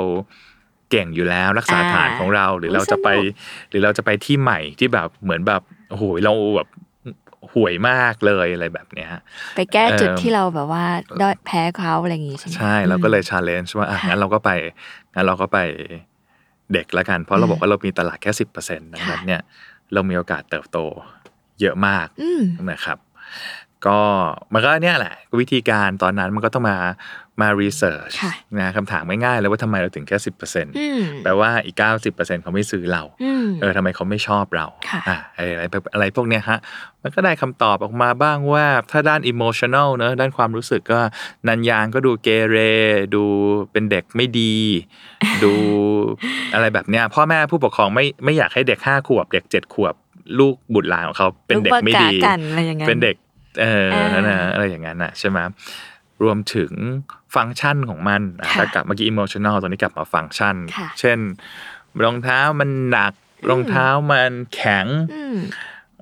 เก่งอยู่แล้วรักษา
อ่า
ฐานของเรา หรือ
อุ๊ย
เราจะไป
สนุ
หรือเราจะไปที่ใหม่ที่แบบเหมือนแบบโอ้โหเราแบบห่วยมากเลยอะไรแบบเนี้ย
ไปแก้จุด
เอ่อ
ที่เราแบบว่าด้อยแพ้เขาอะไรอย่างงี้ใช่ไหม
ใช่เราก็เลยชาเลนจ์ว่าอ่ะ
ค่ะ
งั้นเราก็ไปงั้นเราก็ไปเด็กละกัน เพราะเราบอกว่าเรามีตลาดแค่สิบเปอร์เซ็นต์ดังนั้นเนี่ยเรามีโอกาสเติบโตเยอะมาก
อืม
นะครับก็มันก็เนี่ยแหละวิธีการตอนนั้นมันก็ต้องมามารีเสิร์ช
ค่ะ
นะคำถามง่ายๆเลยว่าทำไมเราถึงแค่สิบเปอร์เซ็นต์
อืม
แปลว่าอีกเก้าสิบเปอร์เซ็นต์เขาไม่ซื้อเรา
อืม
เออทำไมเขาไม่ชอบเรา
ค่ะ
อ่ะอะไรอะไรอะไรพวกเนี้ยฮะมันก็ได้คำตอบออกมาบ้างว่าถ้าด้านอิโมชัน a ลเนอะด้านความรู้สึกก็นันยางก็ดูเกเร ดูเป็นเด็กไม่ดี ดูอะไรแบบเนี้ยพ่อแม่ผู้ปกครองไม่ไม่อยากให้เด็กห้าขวบ เด็กเจ็ดขวบลูกบุตรหลานของเขาเป็นเด็กไม่
รูปปา
ดี
กกากันอะไรอย่างงี้ย
เป็นเด็ก เออ
อ่า
นั่นนะอะไรอย่างนั้นน่ะใช่ไหมรวมถึงฟังก์ชันของมันอ่ะ
ค่ะ
ถ้ากลับเมื่อกี้ emotional ตอนนี้กลับมาฟังก์ชัน
ค่ะ
เช่น รองเท้ามันหนัก
อืม
รองเท้ามันแข็ง
อืม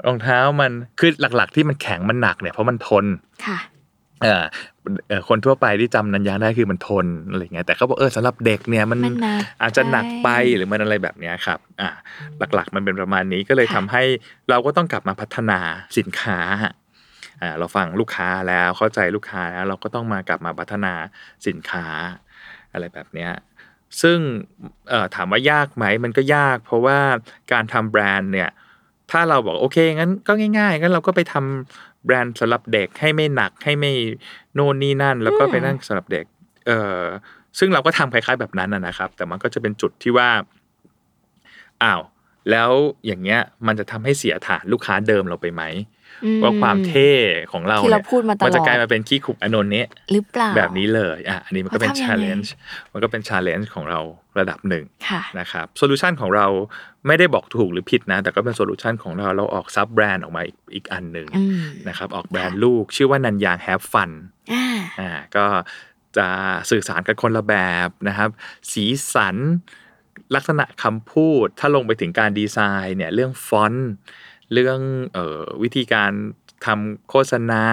รองเท้ามัน คือหลักๆ ที่มันแข็งมันหนักเนี่ยเพราะมันทน
ค่ะ
เออเอ่อคนทั่วไปที่จำนันยางได้คือมันทนอะไรเงี้ยแต่เขาบอกเออสำหรับเด็กเนี่ยมัน
มันหนัก
อาจจะหนักไป
ไป
หรือมันอะไรแบบเนี้ยครับอ่าหลักๆ มันเป็นประมาณนี้ก็เลย
ค่ะ
ทำให้เราก็ต้องกลับมาพัฒนาสินค้าอ่าเราฟังลูกค้าแล้วเข้าใจลูกค้าแล้วเราก็ต้องมากลับมาพัฒนาสินค้าอะไรแบบเนี้ยซึ่งเอ่อถามว่ายากไหมมันก็ยาก เพราะว่าการทำแบรนด์เนี่ย ถ้าเราบอกโอเคงั้นก็ง่ายๆงั้นเราก็ไปทำแบรนด์สำหรับเด็กให้ไม่หนักให้ไม่โน่นนี่นั่น แล้วก็ไปนั่งสำหรับเด็ก เออซึ่งเราก็ทำคล้ายๆแบบนั้นนะนะครับ แต่มันก็จะเป็นจุดที่ว่าอ้าวแล้วอย่างเงี้ยมันจะทำให้เสียฐานลูกค้าเดิมเราไปไหม
อื
ว่าความเท่ของเรา
ที่เรา
เนี่ย
พูดมาต
มัน
ล
จะ
อด
กลายมาเป็นขี้ขุบอโนนเนะ
หรือเปล่า
แบบนี้เลยอ่ะอันนี้มันก็เป็น
เราทำยังไง
ชาเลนจ์มันก็เป็นชาเลนจ์ของเราระดับหนึ่ง
ค่ะ
นะครับโซลูชันของเราไม่ได้บอกถูกหรือผิดนะ แต่ก็เป็นโซลูชันของเราเราออกซับแบรนด์ออกมาอีกอีกอันหนึ่ง
อืม
นะครับออกแบรนด์ลูกชื่อว่านันยางแฮปฟัน
อ่า
อ่าก็จะสื่อสารกันคนละแบบนะครับ สีสันลักษณะคำพูด ถ้าลงไปถึงการดีไซน์เนี่ยเรื่องฟอนต์เรื่องเออวิธีการทำโฆษณา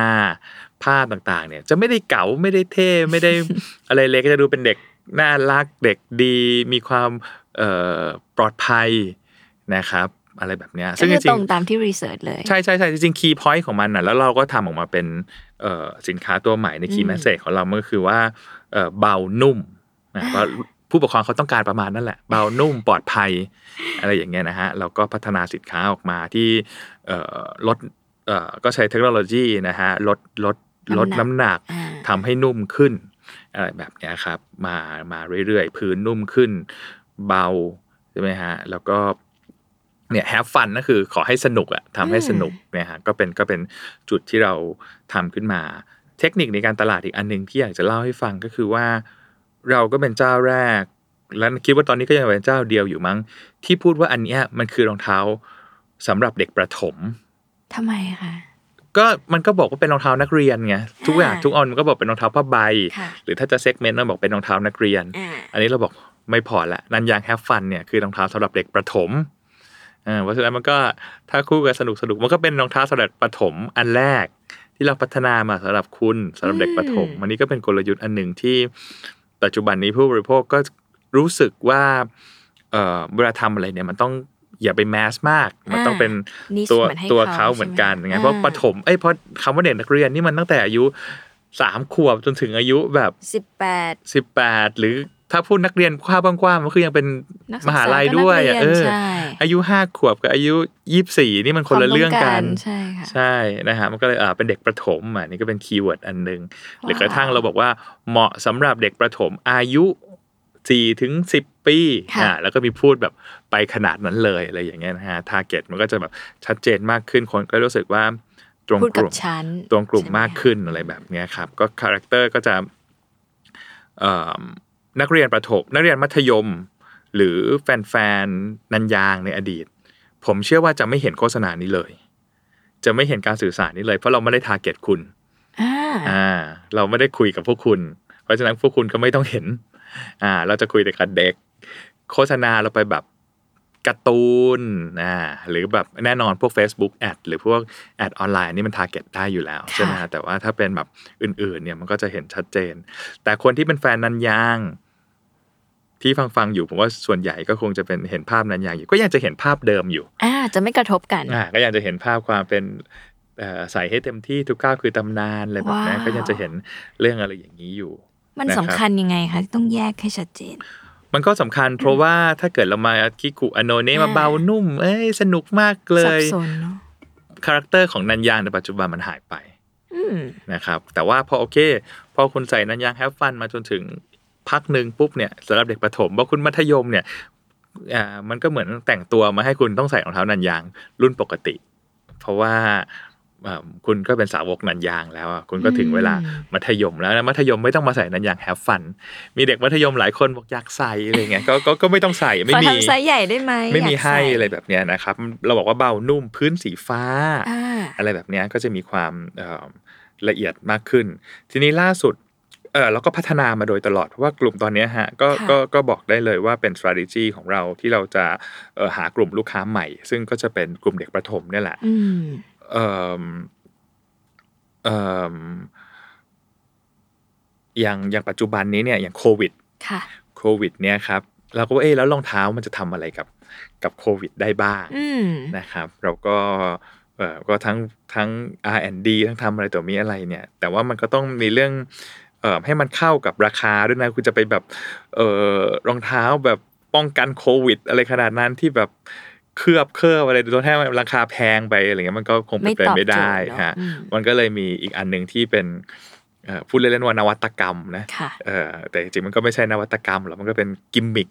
ภาพต่างๆเนี่ยจะไม่ได้เก๋าไม่ได้เท่ไม่ได้ อะไรเลยก็จะดูเป็นเด็กน่ารักเด็กดีมีความเอ่อปลอดภัยนะครับ อะไรแบบเนี้ย
ซึ่
ซึ่
ง
งจริ
ตรง งตามที่รีเสิร์ชเลย
ๆใช่ใช่ใช่จริงคีย์พอยต์ของมันน่ะแล้วเราก็ทำออกมาเป็นเอ่อสินค้าตัวใหม่ในคี
อื
ย์
ม
แมสเซจของเรามันก็คือว่าเอ่อเบานุ่มนะว่าผู้ปกครองเขาต้องการประมาณนั่นแหละ เบานุ่มปลอดภัย อะไรอย่างเงี้ยนะฮะเราก็พัฒนาสินค้าออกมาที่เอ่อลดเอ่อก็ใช้เทคโนโลยีนะฮะลดลดลด
น้ำหนัก
น้ำหนัก
อ่า
ทำให้นุ่มขึ้นอะไรแบบเนี้ยครับ มามาเรื่อยๆ พื้นนุ่มขึ้น เบาใช่ไหมฮะ แล้วก็เนี่ยแฮ e ฟันก็คือขอให้สนุกอะทำให้
อืม
สนุกเนี่ยฮะก็เป็นก็เป็นจุดที่เราทำขึ้นมา เทคนิคในการตลาดอีกอันหนึ่งที่อยากจะเล่าให้ฟังก็คือว่า เราก็เป็นเจ้าแรก และคิดว่าตอนนี้ก็ยังเป็นเจ้าเดียวอยู่มั้ง ที่พูดว่าอันเนี้ยมันคือรองเท้าสำหรับเด็กประถม
ทำไมคะ
ก็มันก็บอกว่าเป็นรองเท้านักเรียนไงทุกอย่าง
อ่า
ทุกอันมันก็บอกเป็นรองเท้าผ้าใบ
ค่ะ
หรือถ้าจะเซกเมนต์มันบอกเป็นรองเท้านักเรียน
อ่า
อันนี้เราบอก ไม่พอละนันยางแฮฟฟันเนี่ยคือรองเท้าสำหรับเด็กประถมเออเพราะฉะนั้นมันก็ถ้าคู่กันสนุกสนุกมันก็เป็นรองเท้าสำหรับประถมอันแรก ที่เราพัฒนามาสำหรับคุณสำหรับเด็กประถม
อืม
อันนี้ก็เป็นกลยุทธ์อันหนึ่งที่ ปัจจุบันนี้ผู้บริโภคก็รู้สึกว่าเอ่อเวลาทำอะไรเนี่ยมันต้องอย่าไปแมสมาก มันต้องเป็น
niche
ตัว
หมือนให้
ตัวเขาเหมือนกัน
ใช่ไ
ไงเพราะปฐมเอ้ยเพราะคำว่าเด็กนักเรียนนี่มันตั้งแต่อายุสามขวบจนถึงอายุแบบ
สิบแปด
สิบแปดหรือถ้าพูดนักเรียนกว้างๆมันคือยังเป็น
นักศึก
ม
ษา
หาลัย
ก็นัก
ด้วย
เรี
อะ
น
เออ
ใช่
อายุห้าขวบกับอายุยี่สี่นี่มันคนละ
วามต้
เรื่องกัน
ใช่ค่ะ
ใช่นะฮะมันก็เลยอ่าเป็นเด็กประถมอ่ะนี่ก็เป็นคีย์เวิร์ดอันหนึ่งหรือกระทั่ง
ว้าว
เราบอกว่าเหมาะสำหรับเด็กประถมอายุ4ถึง10 ปี
ค่ะ
อ่าแล้วก็มีพูดแบบไปขนาดนั้นเลยอะไรอย่างเงี้ยนะฮะทาร์เก็ตมันก็จะแบบชัดเจนมากขึ้นคนก็รู้สึกว่าตรง
พูด
ก
กับ
ลุ่ม
ฉัน
ตรงกลุ่ม
ใช่ไห
มากขึ้นอะไรแบบเนี้ยครับ ก็คาแรคเตอร์ก็จะเอิ่มนักเรียนประถมนักเรียนมัธยม หรือแฟนๆนันยางในอดีต ผมเชื่อว่าจะไม่เห็นโฆษณานี้เลย จะไม่เห็นการสื่อสารนี้เลย เพราะเราไม่ได้ทาร์เก็ตคุณ
อ่า
อ่า เราไม่ได้คุยกับพวกคุณ เพราะฉะนั้นพวกคุณก็ไม่ต้องเห็น อ่า เราจะคุยแต่กับเด็ก โฆษณาเราไปแบบการ์ตูนอ่าหรือแบบแน่นอนพวก Facebook แอดหรือพวกแอดออนไลน์นี่มันทาร์เก็ตได้อยู่แล้ว
ค่ะ
ใช่ไหมฮะแต่ว่าถ้าเป็นแบบอื่นๆ เนี่ยมันก็จะเห็นชัดเจน แต่คนที่เป็นแฟนนันยาง ที่ฟังฟังๆอยู่ผมว่าส่วนใหญ่ก็คงจะเป็นเห็นภาพนันยางอยู่ก็ยังจะเห็นภาพเดิมอยู่
อ่าจะไม่กระทบกัน
อ่าก็ยังจะเห็นภาพความเป็นเอ่อใส่ให้เต็มที่ทุกก้าวคือตำนานอะไรแบบนี้
ว้าว
ก็ยังจะเห็นเรื่องอะไรอย่างนี้อยู่
มัน
นะครับ
สำคัญยังไงคะที่ต้องแยกให้ชัดเจน
มันก็สำคัญเพราะว่าถ้าเกิดเรามาคิกุอโนเนะ
อ่าม
มาเบานุ่ม เอ้ยสนุกมากเล
สับ
ย
สนเนาะ
คาแรคเตอร์ของนันยางในปัจจุบันมันหายไป
อืม
นะครับแต่ว่าพอโอเค พอคุณใส่นันยางแฮฟฟันมาจนถึงพักหนึ่งปุ๊บเนี่ยสำหรับเด็กประถมว่าคุณมัธยมเนี่ยอ่ามันก็เหมือนแต่งตัวมาให้คุณต้องใส่รองเท้านันยางรุ่นปกติ เพราะว่าอ่าคุณก็เป็นสาวกนันยางแล้วอะคุณก็ถึงเวลา มัธยมแล้วนะมัธยมไม่ต้องมาใส่นั้นอย่างแฮฟฟัน มีเด็กมัธยมหลายคนบอกอยากใส่อะไรเงี้ยก็ก็ก็ไม่ต้องใส่ไม่
ขอ
มี
ทำไซส์ใหญ่ได้ไหม
ไม่มี
อยาก
ให้
ส่
อะไรแบบเนี้ยนะครับ เราบอกว่าเบานุ่มพื้นสีฟ้า
อ่า
อะไรแบบเนี้ยก็จะมีความเอิ่มละเอียดมากขึ้น ทีนี้ล่าสุดเออเราก็พัฒนามาโดยตลอด เพราะว่ากลุ่มตอนเนี้ยฮะก็
ค่ะ
ก็ก็บอกได้เลยว่าเป็น s t r a t e g y ของเราที่เราจะเอ่อหากลุ่มลูกค้าใหม่ ซึ่งก็จะเป็นกลุ่มเด็กประถมเนี่ยแหละ
อืม
เอิ่มเอิ่มอย่างอย่างปัจจุบันนี้เนี่ยอย่างโควิด
ค่ะ
โควิดเนี่ยครับเราก็ว่าเอ๊ะแล้วรองเท้ามันจะทำอะไรกับกับโควิดได้บ้าง
อืม
นะครับ เราก็เอ่อก็ทั้งทั้ง R&D ทั้งทำอะไรต่อมีอะไรเนี่ย แต่ว่ามันก็ต้องมีเรื่องเอ่อให้มันเข้ากับราคาด้วยนะคุณจะไปแบบเอ่อรองเท้าแบบป้องกันโควิด อะไรขนาดนั้นที่แบบเคลือบเคลือบอะไรจนให้มันราคาแพงไปอะไรเงี้ยมันก็คงเป็
ไม่
นไป
ตอบ
ไม่
โจท
ได้
ย์เนอะ
ฮะ
อืม
มันก็เลยมีอีกอันหนึ่งที่เป็นเอ่อพูดเล่นๆว่านวัตกรรมนะ
ค่ะ
เอ่อแต่จริงๆมันก็ไม่ใช่นวัตกรรมหรอกมันก็เป็นกิมมิค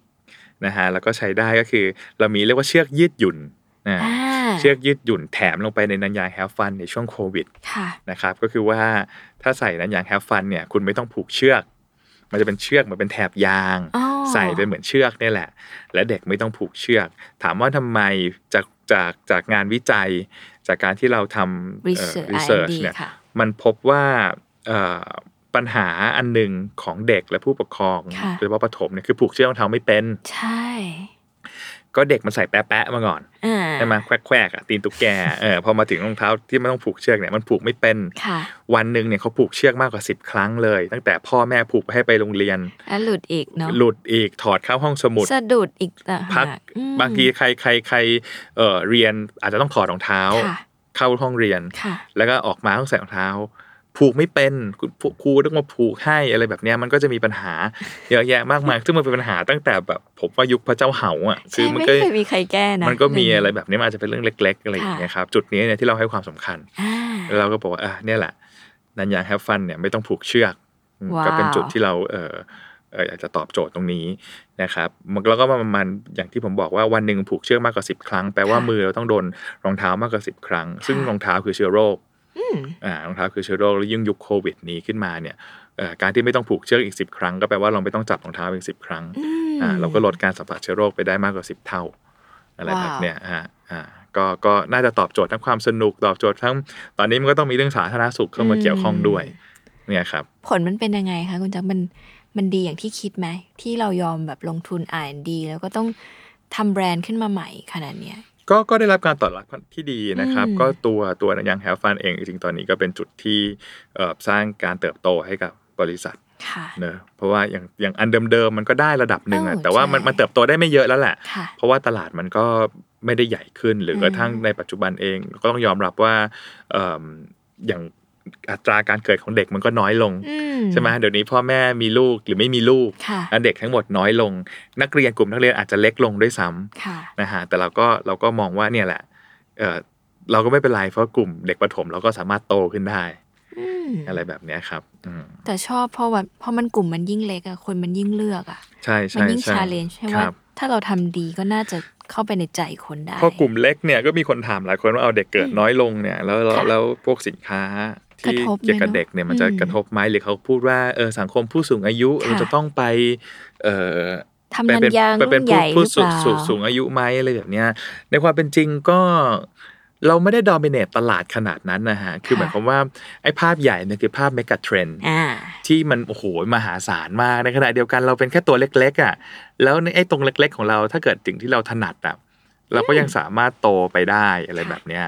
นะฮะแล้วก็ใช้ได้ก็คือ เรามีเรียกว่าเชือกยืดหยุ่นนะ
อ่า
เชือกยืดหยุ่นแถมลงไปในนันยางแฮฟฟันในช่วงโควิด
ค่ะ
นะครับก็คือว่าถ้าใส่นันยางแฮฟฟันเนี่ยคุณไม่ต้องผูกเชือก มันจะเป็นเชือกเหมือนเป็นแถบยาง
อ๋อ
ใส่เป็นเหมือนเชือกเนี่ยแหละ และเด็กไม่ต้องผูกเชือก ถามว่าทำไมจากจากจากงานวิจัย จากการที่เราทำ
รี
เอ่อ
เสิร์ช
research เนี่ย
ค่ะ
มันพบว่าเอ่อปัญหาอันหนึ่งของเด็กและผู้ปกครอง
ค่ะ
โดยเฉพาะปฐมเนี่ยคือผูกเชือกรองเท้าไม่เป็น
ใช่
ก็เด็กมันใส่แป๊ะๆมาก่อน
อ่า
ใช่ไหมแควกๆอ่ะตีนตุ๊กแกเออพอมาถึงรองเท้าที่มันต้องผูกเชือกเนี่ยมันผูกไม่เป็น
ค่ะ
วันหนึ่งเนี่ยเขาผูกเชือกมากกว่า 10 ครั้งเลย ตั้งแต่พ่อแม่ผูกไปให้ไปโรงเรียน
แล้วหลุดอีกเนาะ
หลุดอีกถอดเข้าห้องสมุด
สะดุดอีกต่าง
พั
หาก กอืม
บางทีใครใครใครเอ่อเรียนอาจจะต้องถอดรองเท้า
ค่ะ
เข้าห้องเรียน
ค่ะ
แล้วก็ออกมาต้องใส่รองเท้า ผูกไม่เป็นคุณผู้ครูต้องมาผูกให้อะไรแบบเนี้ยมันก็จะมีปัญหา เยอะแยะมากมายซึ่งมันเป็นปัญหาตั้งแต่แบบผมว่ายุคพระเจ้าเหาอ่ะ
ใช่
มั
ไม่
ก็
เคยมีใครแก้นะ
มันก็มี
เง
อะไรแบบนี้มันอาจจะเป็นเรื่องเล็ก ๆ อะไรอย่างเงี้ยครับจุดนี้เนี่ยที่เราให้ความสำคัญ
อ่า
แล้วเราก็บอกว่าอ่ะเนี่ยแหละนันยางแฮฟฟันเนี่ยไม่ต้องผูกเชือกอืม
ว้าว
ก็เป็นจุดที่เราเออเอ่ออยากจะตอบโจทย์ตรงนี้นะครับมันแล้วก็ประมาณอย่างที่ผมบอกว่าวันหนึ่งผูกเชือกมากกว่าสิบครั้งแปลว่ามือเราต้องโดนรองเท้ามากกว่าสิบครั้ง ซึ่งรองเท้าคือเชื้อโรค
อืม
อ่ารองเท้าคือเชื้อโรคแล้วยิ่งยุคโควิดนี้ขึ้นมาเนี่ยเอ่อการที่ไม่ต้องผูกเชือกอีก 10 ครั้งก็แปลว่าเราไม่ต้องจับรองเท้าอีกสิครั้ง
อืม
อ่าเราก็ลดการสัมผัสเชื้อโรคไปได้มากกว่า 10 เท่าอะไร
ว้าว
แบบเนี้ยฮะอ่าก็ก็น่าจะตอบโจทย์ทั้งความสนุกตอบโจทย์ทั้งตอนนี้มันก็ต้องมีเรื่องสาธารณสุขเข้ามาเกี่ยวข้องด้วยเนี่ยครับ
ผลมันเป็นยังไงคะคุณจ๊ะมัน มันดีอย่างที่คิดไหม ที่เรายอมแบบลงทุนอ่านดี แล้วก็ต้องทำแบรนด์ขึ้นมาใหม่ขนาดเนี้ย
ก็ก็ได้รับการตอบรับที่ดีนะครับ
อืม
ก็ตัวตัวอย่างแฮฟฟันเองจริงๆตอนนี้ก็เป็นจุดที่เอ่อสร้างการเติบโตให้กับบริษัท
ค่ะ
เนอะเพราะว่าอย่างอย่างอันเดิมๆมันก็ได้ระดับหนึ่งอะ
เออ
แต่ว่ามัน
ใช่
มันเติบโตได้ไม่เยอะแล้วแหละ
ค่ะ
เพราะว่าตลาดมันก็ไม่ได้ใหญ่ขึ้น หรือ
ม
กระทั่งในปัจจุบันเองก็ต้องยอมรับว่าเอิ่มอย่างอัตราการเกิดของเด็กมันก็น้อยลง
อืม
ใช่ไหมเดี๋ยวนี้พ่อแม่มีลูกหรือไม่มีลูก
ค่ะ
อ่ะเด็กทั้งหมดน้อยลง นักเรียนกลุ่มนักเรียนอาจจะเล็กลงด้วยซ้ำ
ค่ะ
นะฮะแต่เราก็เราก็มองว่าเนี่ยแหละเออเราก็ไม่เป็นไรเพราะกลุ่มเด็กประถมเราก็สามารถโตขึ้นได้
อืม
อะไรแบบเนี้ยครับอืม
แต่ชอบเพราะว่าเพราะมันกลุ่มมันยิ่งเล็กอะคนมันยิ่งเลือกอะ
ใช่
มั
ใช่
ยิ่ง
ใช่
ชาเลนจ์ใช่ไหม
ค
ว่า
รับ
ถ้าเราทำดีก็น่าจะเข้าไปในใจคนได้
พอกลุ่มเล็กเนี่ยก็มีคนถามหลายคนว่าเอาเด็กเกิดน้อยลงเนี่ยแล้วแล้ว
ค่ะ
แล้วพวกสินค้า
ก
ที่
ระทบไหม
เกี่ยวกับเด็กเนี่ยมันจะ
อืม
กระทบไหมหรือเขาพูดว่าเออสังคมผู้สูงอายุ
ค่ะ
เราจะต้องไปเออ
ทำนันยาง
ไปเป็น
รุ่นให
ผู้
ญ่หรือ
ผู้สู
เปล่า
สูสูงอายุไหมอะไรแบบเนี้ยในความเป็นจริงก็เราไม่ได้ดอมิเนตตลาดขนาดนั้นนะฮะ คือ
ค่ะ
หมายความว่า ไอ้ภาพใหญ่เนี่ยคือภาพเมกะเทรน
อ่า
ที่มันโอ้โหมหาศาลมาก ในขณะเดียวกันเราเป็นแค่ตัวเล็กๆอ่ะแล้วในไอ้ตรงเล็ก ๆ ของเราถ้าเกิดสิ่งที่เราถนัดอ่ะเราก็ยังสามารถโตไปได้อะไรแบบเนี้ย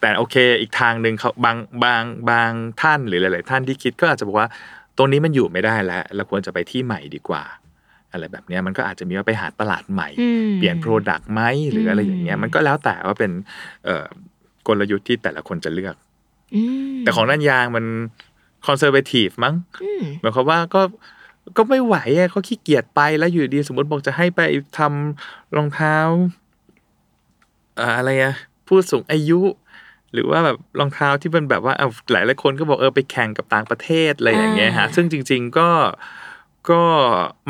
แต่โอเคอีกทางหนึ่งเขาบางบางบางท่านหรือหลาย ๆ ท่านที่คิดก็อาจจะบอกว่าตรงนี้มันอยู่ไม่ได้แล้ว เราควรจะไปที่ใหม่ดีกว่า อะไรแบบเนี้ยมันก็อาจจะมีว่าไปหาตลาดใหม่
อืม
เปลี่ยนโปรดักต์ไหมหรืออะไรอย่างเงี้ย
อืม
มันก็แล้วแต่ว่าเป็นเอ่อกลยุทธ์ที่แต่ละคนจะเลือก
อืม
แต่ของนั่นยางมันคอนเซอร์เวทีฟมั้ง
อืม
หมายความว่าก็ก็ไม่ไหวอะเขาขี้เกียจไปแล้วอยู่ดีสมมติบอกจะให้ไปทำรองเท้าเอ่ออะไรอะผู้สูงอายุ หรือว่าแบบรองเท้าที่เป็นแบบว่าเอาหลายหลายๆคนก็บอกเออไปแข่งกับต่างประเทศอะไรอย่างเงี้ยฮะ
อ่า
ซึ่งจริง ๆก็ก็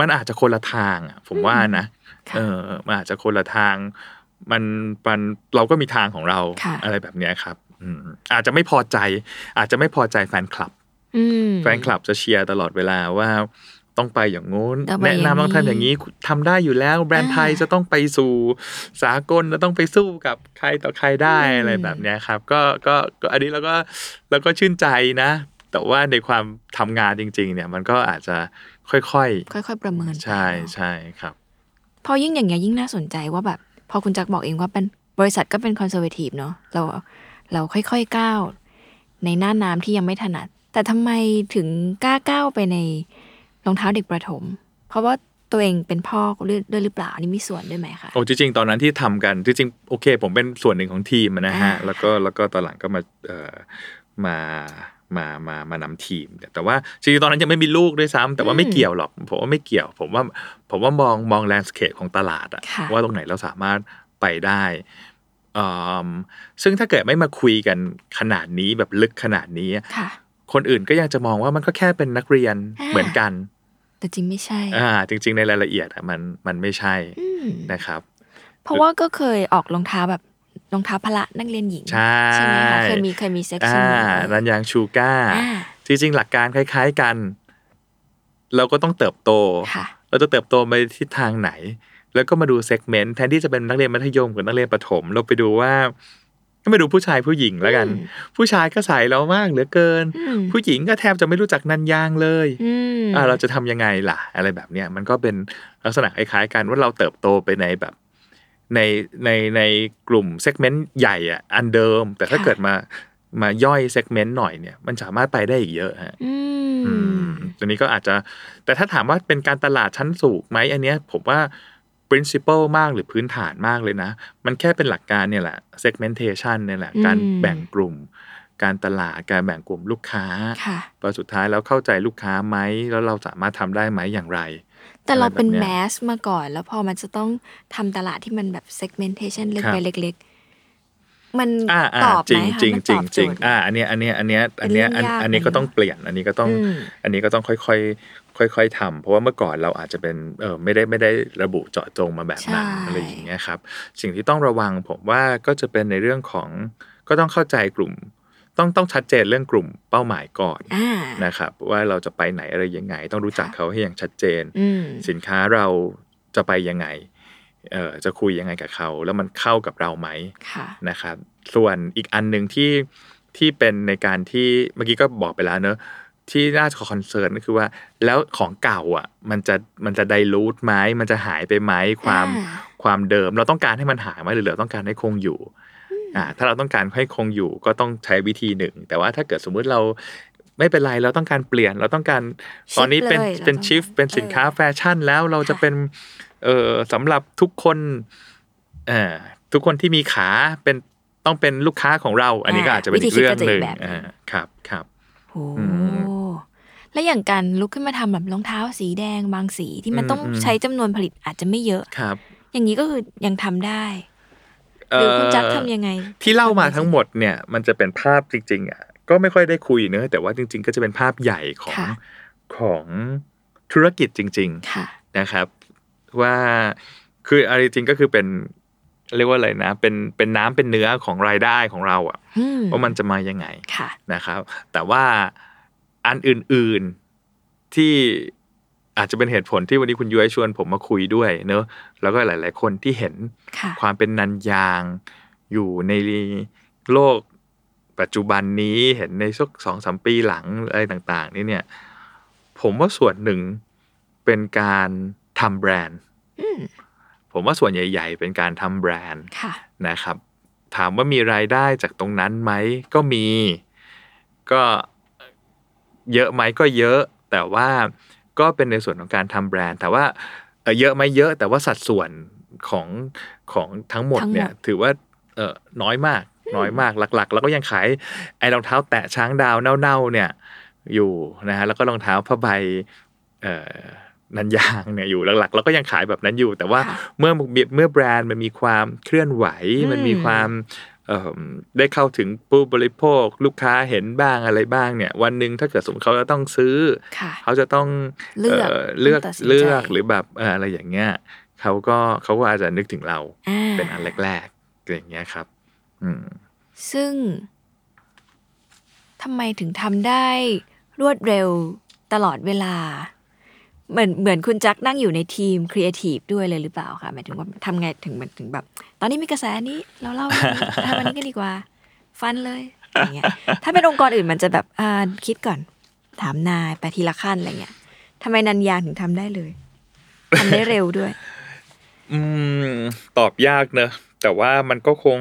มันอาจจะคนละทางอะผมว่านะ
ค่ะ
เออมันอาจจะคนละทาง มันมันเราก็มีทางของเรา
ค่ะ
อะไรแบบเนี้ยครับอืมอาจจะไม่พอใจ อาจจะไม่พอใจแฟนคลับ
ม
แฟนคลับจะเชียร์ตลอดเวลาว่าต้องไปอย่างงู้น
ต้องไปอ
แนะ
ย่างนี้
นำต้องทำอย่างนี้ทำได้อยู่แล้วแบรนด์ไทย
อ่า
จะต้องไปสู่สากลจะต้องไปสู้กับใครต่อใครได้
อืม
อะไรแบบเนี้ยครับ ก็ก็ก็อันนี้เราก็เราก็ชื่นใจนะ แต่ว่าในความทำงานจริง ๆ เนี่ยมันก็อาจจะค่อย
ค่อย ๆ ประเมินไป
ๆ ใช่
เนอะ
ใช่ครับ
พอยิ่งอย่างเงี้ยยิ่งน่าสนใจว่าแบบ พอคุณจักรบอกเองว่าเป็นบริษัทก็เป็นคอนเซอร์เวทีฟเนาะเราเราค่อยๆก้าวในหน้าน้ำที่ยังไม่ถนัด แต่ทำไมถึงกล้าก้าวไปในรองเท้าเด็กประถม เพราะว่าตัวเองเป็นพ่อด้วยหรือเปล่าอันนี่มีส่วนด้วยไหมคะ
โอ้จริงๆ ตอนนั้นที่ทำกันจริงๆโอเค ผมเป็นส่วนหนึ่งของทีมนะฮะ
อ่า
แล้วก็แล้วก็ตอนหลังก็มาเอ่อมามามามานำทีม แต่ว่าจริงๆตอนนั้นยังไม่มีลูกด้วยซ้ำแต่ว่าไม่
อืม
เกี่ยวหรอกผมว่าไม่เกี่ยว ผมว่าผมว่ามองมองแลนด์สเคปของตลาดอะ
ค่ะ
ว่าตรงไหนเราสามารถไปได้อืมซึ่งถ้าเกิดไม่มาคุยกันขนาดนี้แบบลึกขนาดนี้
ค่ะ
คนอื่นก็ยังจะมองว่ามันก็แค่เป็นนักเรียน
อ่า
เหมือนกัน
แต่จริงไม่ใช่
อ่าจริง ๆ ในรายละเอียดอะมันมันไม่ใช่
อืม
นะครับ
เพราะว่าก็เคยออกรองเท้าแบบรองเท้าพละนักเรียนหญิง
ใช่
ไหมคะเคยมีเคยมีเซ็กชั่
อ่าน รันยางชูก้า
อ่า
จริงๆ หลักการคล้ายๆกัน เราก็ต้องเติบโต
ค่ะ
เราจะเติบโตไปทิศทางไหน แล้วก็มาดูเซกเมนต์แทนที่จะเป็นนักเรียนมัธยมกับนักเรียนประถม เราไปดูว่าก็ไปดูผู้ชายผู้หญิงแล้วกัน
อืม
ผู้ชายก็ใส่เรามากเหลือเกิน
อืม
ผู้หญิงก็แทบจะไม่รู้จักนันยางเลย
อืม
อ่าเราจะทำยังไงล่ะ อะไรแบบเนี้ยมันก็เป็นลักษณะคล้ายๆกันว่าเราเติบโตไปในแบบ ในในในกลุ่มเซกเมนต์ใหญ่อะอันเดิม แต่ถ้าเกิดมามาย่อยเซกเมนต์หน่อยเนี่ยมันสามารถไปได้อีกเยอะฮะ
อื
อื
ม
มตัวนี้ก็อาจจะ แต่ถ้าถามว่าเป็นการตลาดชั้นสูงไหมอันเนี้ยผมว่า principle มากหรือพื้นฐานมากเลยนะ มันแค่เป็นหลักการเนี่ยแหละ segmentation เนี่ยแหละ
อืม
การแบ่งกลุ่ม การตลาดการแบ่งกลุ่มลูกค้า
ค่ะ
พอสุดท้ายแล้วเข้าใจลูกค้าไหมแล้วเราสามารถทำได้ไหมอย่างไร
แต่เราเป็น
อะไรแบบ
แม
เนี้ย
สมาก่อน แล้วพอมันจะต้องทำตลาดที่มันแบบ segmentation เล็ก
ครับ
ไปเล็ก ๆ มัน
อ่าอ่า
ตอบ
จ
ไห
ริ
ม
ง
คะ
จริง
มัน
จ
ต
ริ
อง บ
จริง
โจทย์ไหม
อ่าอันเนี้ยอันเนี้ยอันเนี้ยอันเนี้ย
เป็นเรื่อ
อัน
งยาก
อันนี้ก็ต้องเปลี่ยนอันนี้ก็ต้อง
อืม
อันนี้ก็ต้องค่อยๆค่อยๆทำเพราะว่าเมื่อก่อนเราอาจจะเป็นเออไม่ได้ไม่ได้ระบุเจาะจงมาแบบนั้น
ใช่
อะไรอย่างเงี้ยครับสิ่งที่ต้องระวังผมว่าก็จะเป็นในเรื่องของก็ต้องเข้าใจกลุ่ม ต้องต้องชัดเจนเรื่องกลุ่มเป้าหมายก่อน
อ่า
นะครับว่าเราจะไปไหนอะไรยังไง ต้องรู้จักเขาให้อย่างชัดเจน
อืม
สินค้าเราจะไปยังไงเออจะคุยยังไงกับเขาแล้วมันเข้ากับเราไหม
ค่ะ
นะครับส่วนอีกอันหนึ่งที่ที่เป็นในการที่เมื่อกี้ก็บอกไปแล้วเนอะ ที่น่าจะขอคอนเซิร์นก็คือว่า แล้วของเก่าอ่ะ มันจะมันจะไดรูทไหมมันจะหายไปไหมความ
อ่า
ความเดิม เราต้องการให้มันหายไหมหรือเราต้องการให้คงอยู่อ่าถ้าเราต้องการให้คงอยู่ก็ต้องใช้วิธีหนึ่ง แต่ว่าถ้าเกิดสมมุติเราไม่เป็นไรเราต้องการเปลี่ยน เราต้องการ
Shift
ตอนนี้เป็น
เลยเรา
เป็น
ต้อง
ชิฟ
การ
เป็นสินค้า
เออ
แฟชั่นแล้วเราจะ
ค่ะ
เป็นเอ่อสำหรับทุกคนเอ่อทุกคนที่มีขาเป็นต้องเป็นลูกค้าของเรา อันนี้ก็อาจจะเป็นอีกเรื่องหนึ่งอ่าครับครับ
โอ้
อื
แล้วอย่างการลุกขึ้นมาทำแบบรองเท้าสีแดงบางสีที่มัน
อืม
ต้อง
อืม
ใช้จำนวนผลิตอาจจะไม่เยอะ
ครับ
อย่างนี้ก็คือยังทำได้หรือคุณจัก
เอ่อ
ทำยังไง
ที่เล่ามาทั้งหมดเนี่ยมันจะเป็นภาพจริงๆอ่ะก็ไม่ค่อยได้คุยเนอะแต่ว่าจริง ๆ ก็จะเป็นภาพใหญ่ของ
ค่ะ
ของธุรกิจจริง
ค่ะ
ๆนะครับ ว่าคืออะไรจริงก็คือเป็นเรียกว่าอะไรนะ เป็นเป็นน้ำเป็นเนื้อของรายได้ของเราอ่ะ
อืม
ว่ามันจะมายังไง
ค่ะ
นะครับแต่ว่าอันอื่นๆที่อาจจะเป็นเหตุผลที่วันนี้คุณย้อยชวนผมมาคุยด้วยเนอะแล้วก็หลาย ๆ คนที่เห็น
ค่ะ
ความเป็นนันยางอยู่ในโลกปัจจุบันนี้เห็นในสักสองสามปีหลังอะไรต่างๆ นี่เนี่ย ผมว่าส่วนหนึ่งเป็นการทำแบรนด์
อืม
ผมว่าส่วนใหญ่ ๆ เป็นการทำแบรนด์
ค่ะ
นะครับถามว่ามีรายได้จากตรงนั้นไหมก็มีก็เยอะไหมก็เยอะ แต่ว่าก็เป็นในส่วนของการทำแบรนด์แต่ว่าเอ่อเยอะไหมเยอะ แต่ว่าสัดส่วนของของทั้งหมด
ทั้งหมด
เนี่ยถือว่าเออน้อยมากน้อยมากหลักๆ แล้วก็ยังขายไอ้รองเท้าแตะช้างดาวเน่าๆเนี่ยอยู่นะฮะแล้วก็รองเท้าผ้าใบเอ่อนันยางเนี่ยอยู่หลักๆ แล้วก็ยังขายแบบนั้นอยู่แต่ว่า
ค่ะ
เมื่อเมื่อแบรนด์มันมีความเคลื่อนไหว
อืม
มันมีความเอิ่มได้เข้าถึงผู้บริโภค ลูกค้าเห็นบ้างอะไรบ้างเนี่ย วันหนึ่งถ้าเกิดสมมติเขาจะต้องซื้อ
ค่ะ
เขาจะต้อง
เลือก
อ่อเลือก
ต้องตัดสินใจ
เลือกหรือแบบเอ่ออะไรอย่างเงี้ยเขาก็เขาก็อาจจะนึกถึงเรา
อ่า
เป็นอันแรกๆอะไรอย่างเงี้ยครับอืม
ซึ่งทำไมถึงทำได้รวดเร็วตลอดเวลา เหมือนเหมือนคุณจักนั่งอยู่ในทีมครีเอทีฟด้วยเลยหรือเปล่าคะหมายถึงว่าทำไงถึงมันถึงแบบ ตอนนี้มีกระแสนี้เราเล่าเรื่องนี้ ทำอันนี้ก็ดีกว่า ฟันเลยอย่างเงี้ย ถ้าเป็นองค์กรอื่นมันจะแบบอ่าคิดก่อน ถามนายไปทีละขั้นอะไรเงี้ยทำไมนันยางถึงทำได้เลยทำได้เร็วด้วย
อืม ตอบยากเนอะแต่ว่ามันก็คง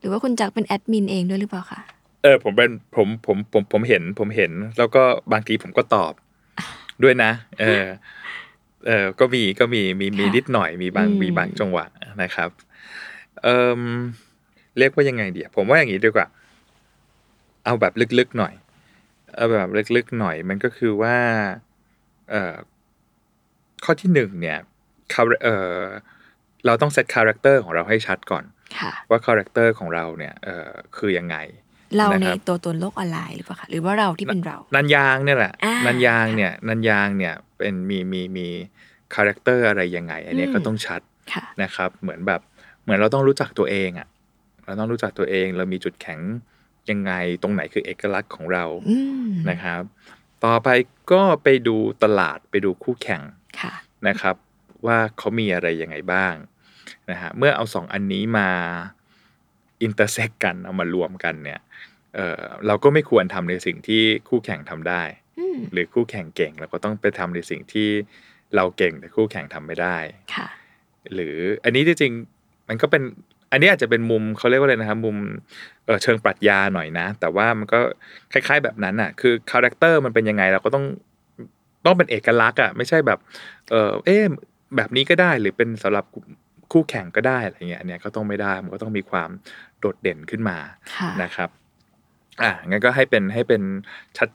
หรือว่าคุณจักเป็นแอดมินเองด้วยหรือเปล่าคะ
เออผมเป็นผมผมผมผมเห็นผมเห็น แล้วก็บางทีผมก็ต อบด้วยนะ เออเออก็มีก็มีมีมี
ค่ะ
นิดหน่อยมีบาง
อืม
มีบางจังหวะนะครับ เออเรียกว่ายังไงเดียผมว่าอย่างนี้ดีกว่า เอาแบบลึกๆหน่อย เอาแบบลึกๆหน่อย มันก็คือว่า เออข้อที่หนึ่งเนี่ยคาเออเราต้องเซตคาแรคเตอร์ของเราให้ชัดก่อน
ค่ะ
ว่าคาแรคเตอร์ของเราเนี่ยเออคือยังไง
เรา
นะ
ใน
ครับ
ตัวตนโลกออนไลน์หรือเปล่าคะหรือว่าเราที่เป็นเรา
นันยางเนี่ยแหละ
อ่านั
นันยางเนี่ยนันยางเนี่ยเป็นมีมีมีคาแรคเตอร์อะไรยังไง อันเนี้ย
อืม
ก็ต้องชัด
ค่ะ
นะครับ เหมือนแบบเหมือนเราต้องรู้จักตัวเองอะเราต้องรู้จักตัวเองเรามีจุดแข็งยังไงตรงไหนคือเอกลักษณ์ของเรา
อืม
นะครับ ต่อไปก็ไปดูตลาดไปดูคู่แข่ง
ค่ะ
นะครับ ว่าเขามีอะไรยังไงบ้างนะฮะเมื่อเอาสองอันนี้มาอินเตอร์เซ็กกันเอามารวมกันเนี่ยเอ่อเราก็ไม่ควรทำในสิ่งที่คู่แข่งทำได้
อืม
หรือคู่แข่งเก่งเราก็ต้องไปทำในสิ่งที่เราเก่งแต่คู่แข่งทำไม่ได้
ค่ะ
หรืออันนี้จริงๆมันก็เป็นอันนี้อาจจะเป็นมุมเขาเรียกว่าอะไรนะครับมุมเอ่อเชิงปรัชญาหน่อยนะ แต่ว่ามันก็คล้ายๆแบบนั้นน่ะคือคาแรคเตอร์มันเป็นยังไงเราก็ต้องต้องเป็นเอกลักษณ์อ่ะไม่ใช่แบบเออเอ๊ะแบบนี้ก็ได้หรือเป็นสำหรับคู่แข่งก็ได้อะไรเงี้ยอันเนี้ยก็ต้องไม่ได้มันก็ต้องมีความโดดเด่นขึ้นมา
ค่ะ
นะครับอ่ะงั้นก็ให้เป็นให้เป็น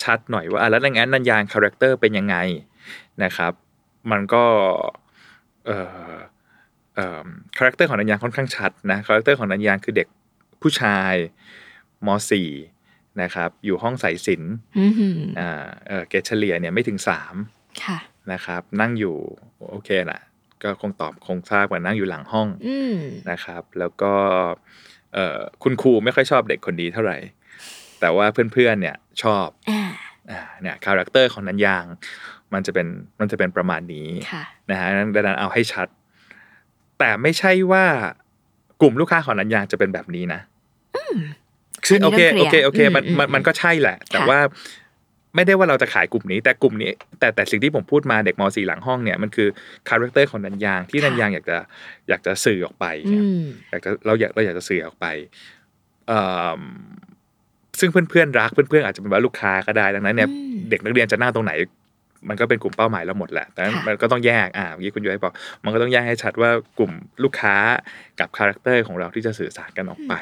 ชัดๆหน่อยว่าอ่ะแล้วในงั้นนันยางคาแรคเตอร์เป็นยังไงนะครับ มันก็เอ่อเอ่อคาแรคเตอร์ของนันยางค่อนข้างชัดนะคาแรคเตอร์ของนันยางคือเด็กผู้ชายม .4 นะครับ อยู่ห้องสายสิน
อืม
อ่าเอ่อเกรดเฉลี่ยเนี่ยไม่ถึง 3
ค่ะ
นะครับ นั่งอยู่โอเคแหละก็คงตอบคงทราบกันนั่งอยู่หลังห้อง
อืม
นะครับแล้วก็เอ่อคุณครูไม่ค่อยชอบเด็กคนดีเท่าไหร่ แต่ว่าเพื่อนๆเนี่ยชอบ
อ่า
อ่าเนี่ยคาแรคเตอร์ของนันยาง มันจะเป็นมันจะเป็นประมาณนี้
ค่ะ
นะฮะดังนั้นเอาให้ชัด แต่ไม่ใช่ว่ากลุ่มลูกค้าของนันยางจะเป็นแบบนี้นะซึ่ง
อั
โอน
นี้
เค
เริ่
โอ
มเค
เค
ลียร์
โอเคมัน
อืม
มันมันก็ใช่แหละ แต่ว่า ไม่ได้ว่าเราจะขายกลุ่มนี้ แต่กลุ่มนี้ แต่แต่สิ่งที่ผมพูดมาเด็กมสี่หลังห้องเนี่ยมันคือคาแรคเตอร์ของนันยางที่
ค่ะ
นันยางอยากจะอยากจะสื่อออกไป
อื
เนี่ย
ม
อยากจะเราอยากเราอยากจะสื่อออกไปเอิ่มซึ่งเพื่อนๆรักเพื่อนๆอาจจะเป็นว่าลูกค้าก็ได้ดังนั้นเนี่ย
อืม
เด็กนักเรียนจะนั่งตรงไหน มันก็เป็นกลุ่มเป้าหมายเราหมดแหละแต่
ค่ะ
มันก็ต้องแยกอ่าเมื่อกี้คุณย้อยบอก มันก็ต้องแยกให้ชัดว่ากลุ่มลูกค้ากับคาแรคเตอร์ของเราที่จะสื่อสารกันออกไป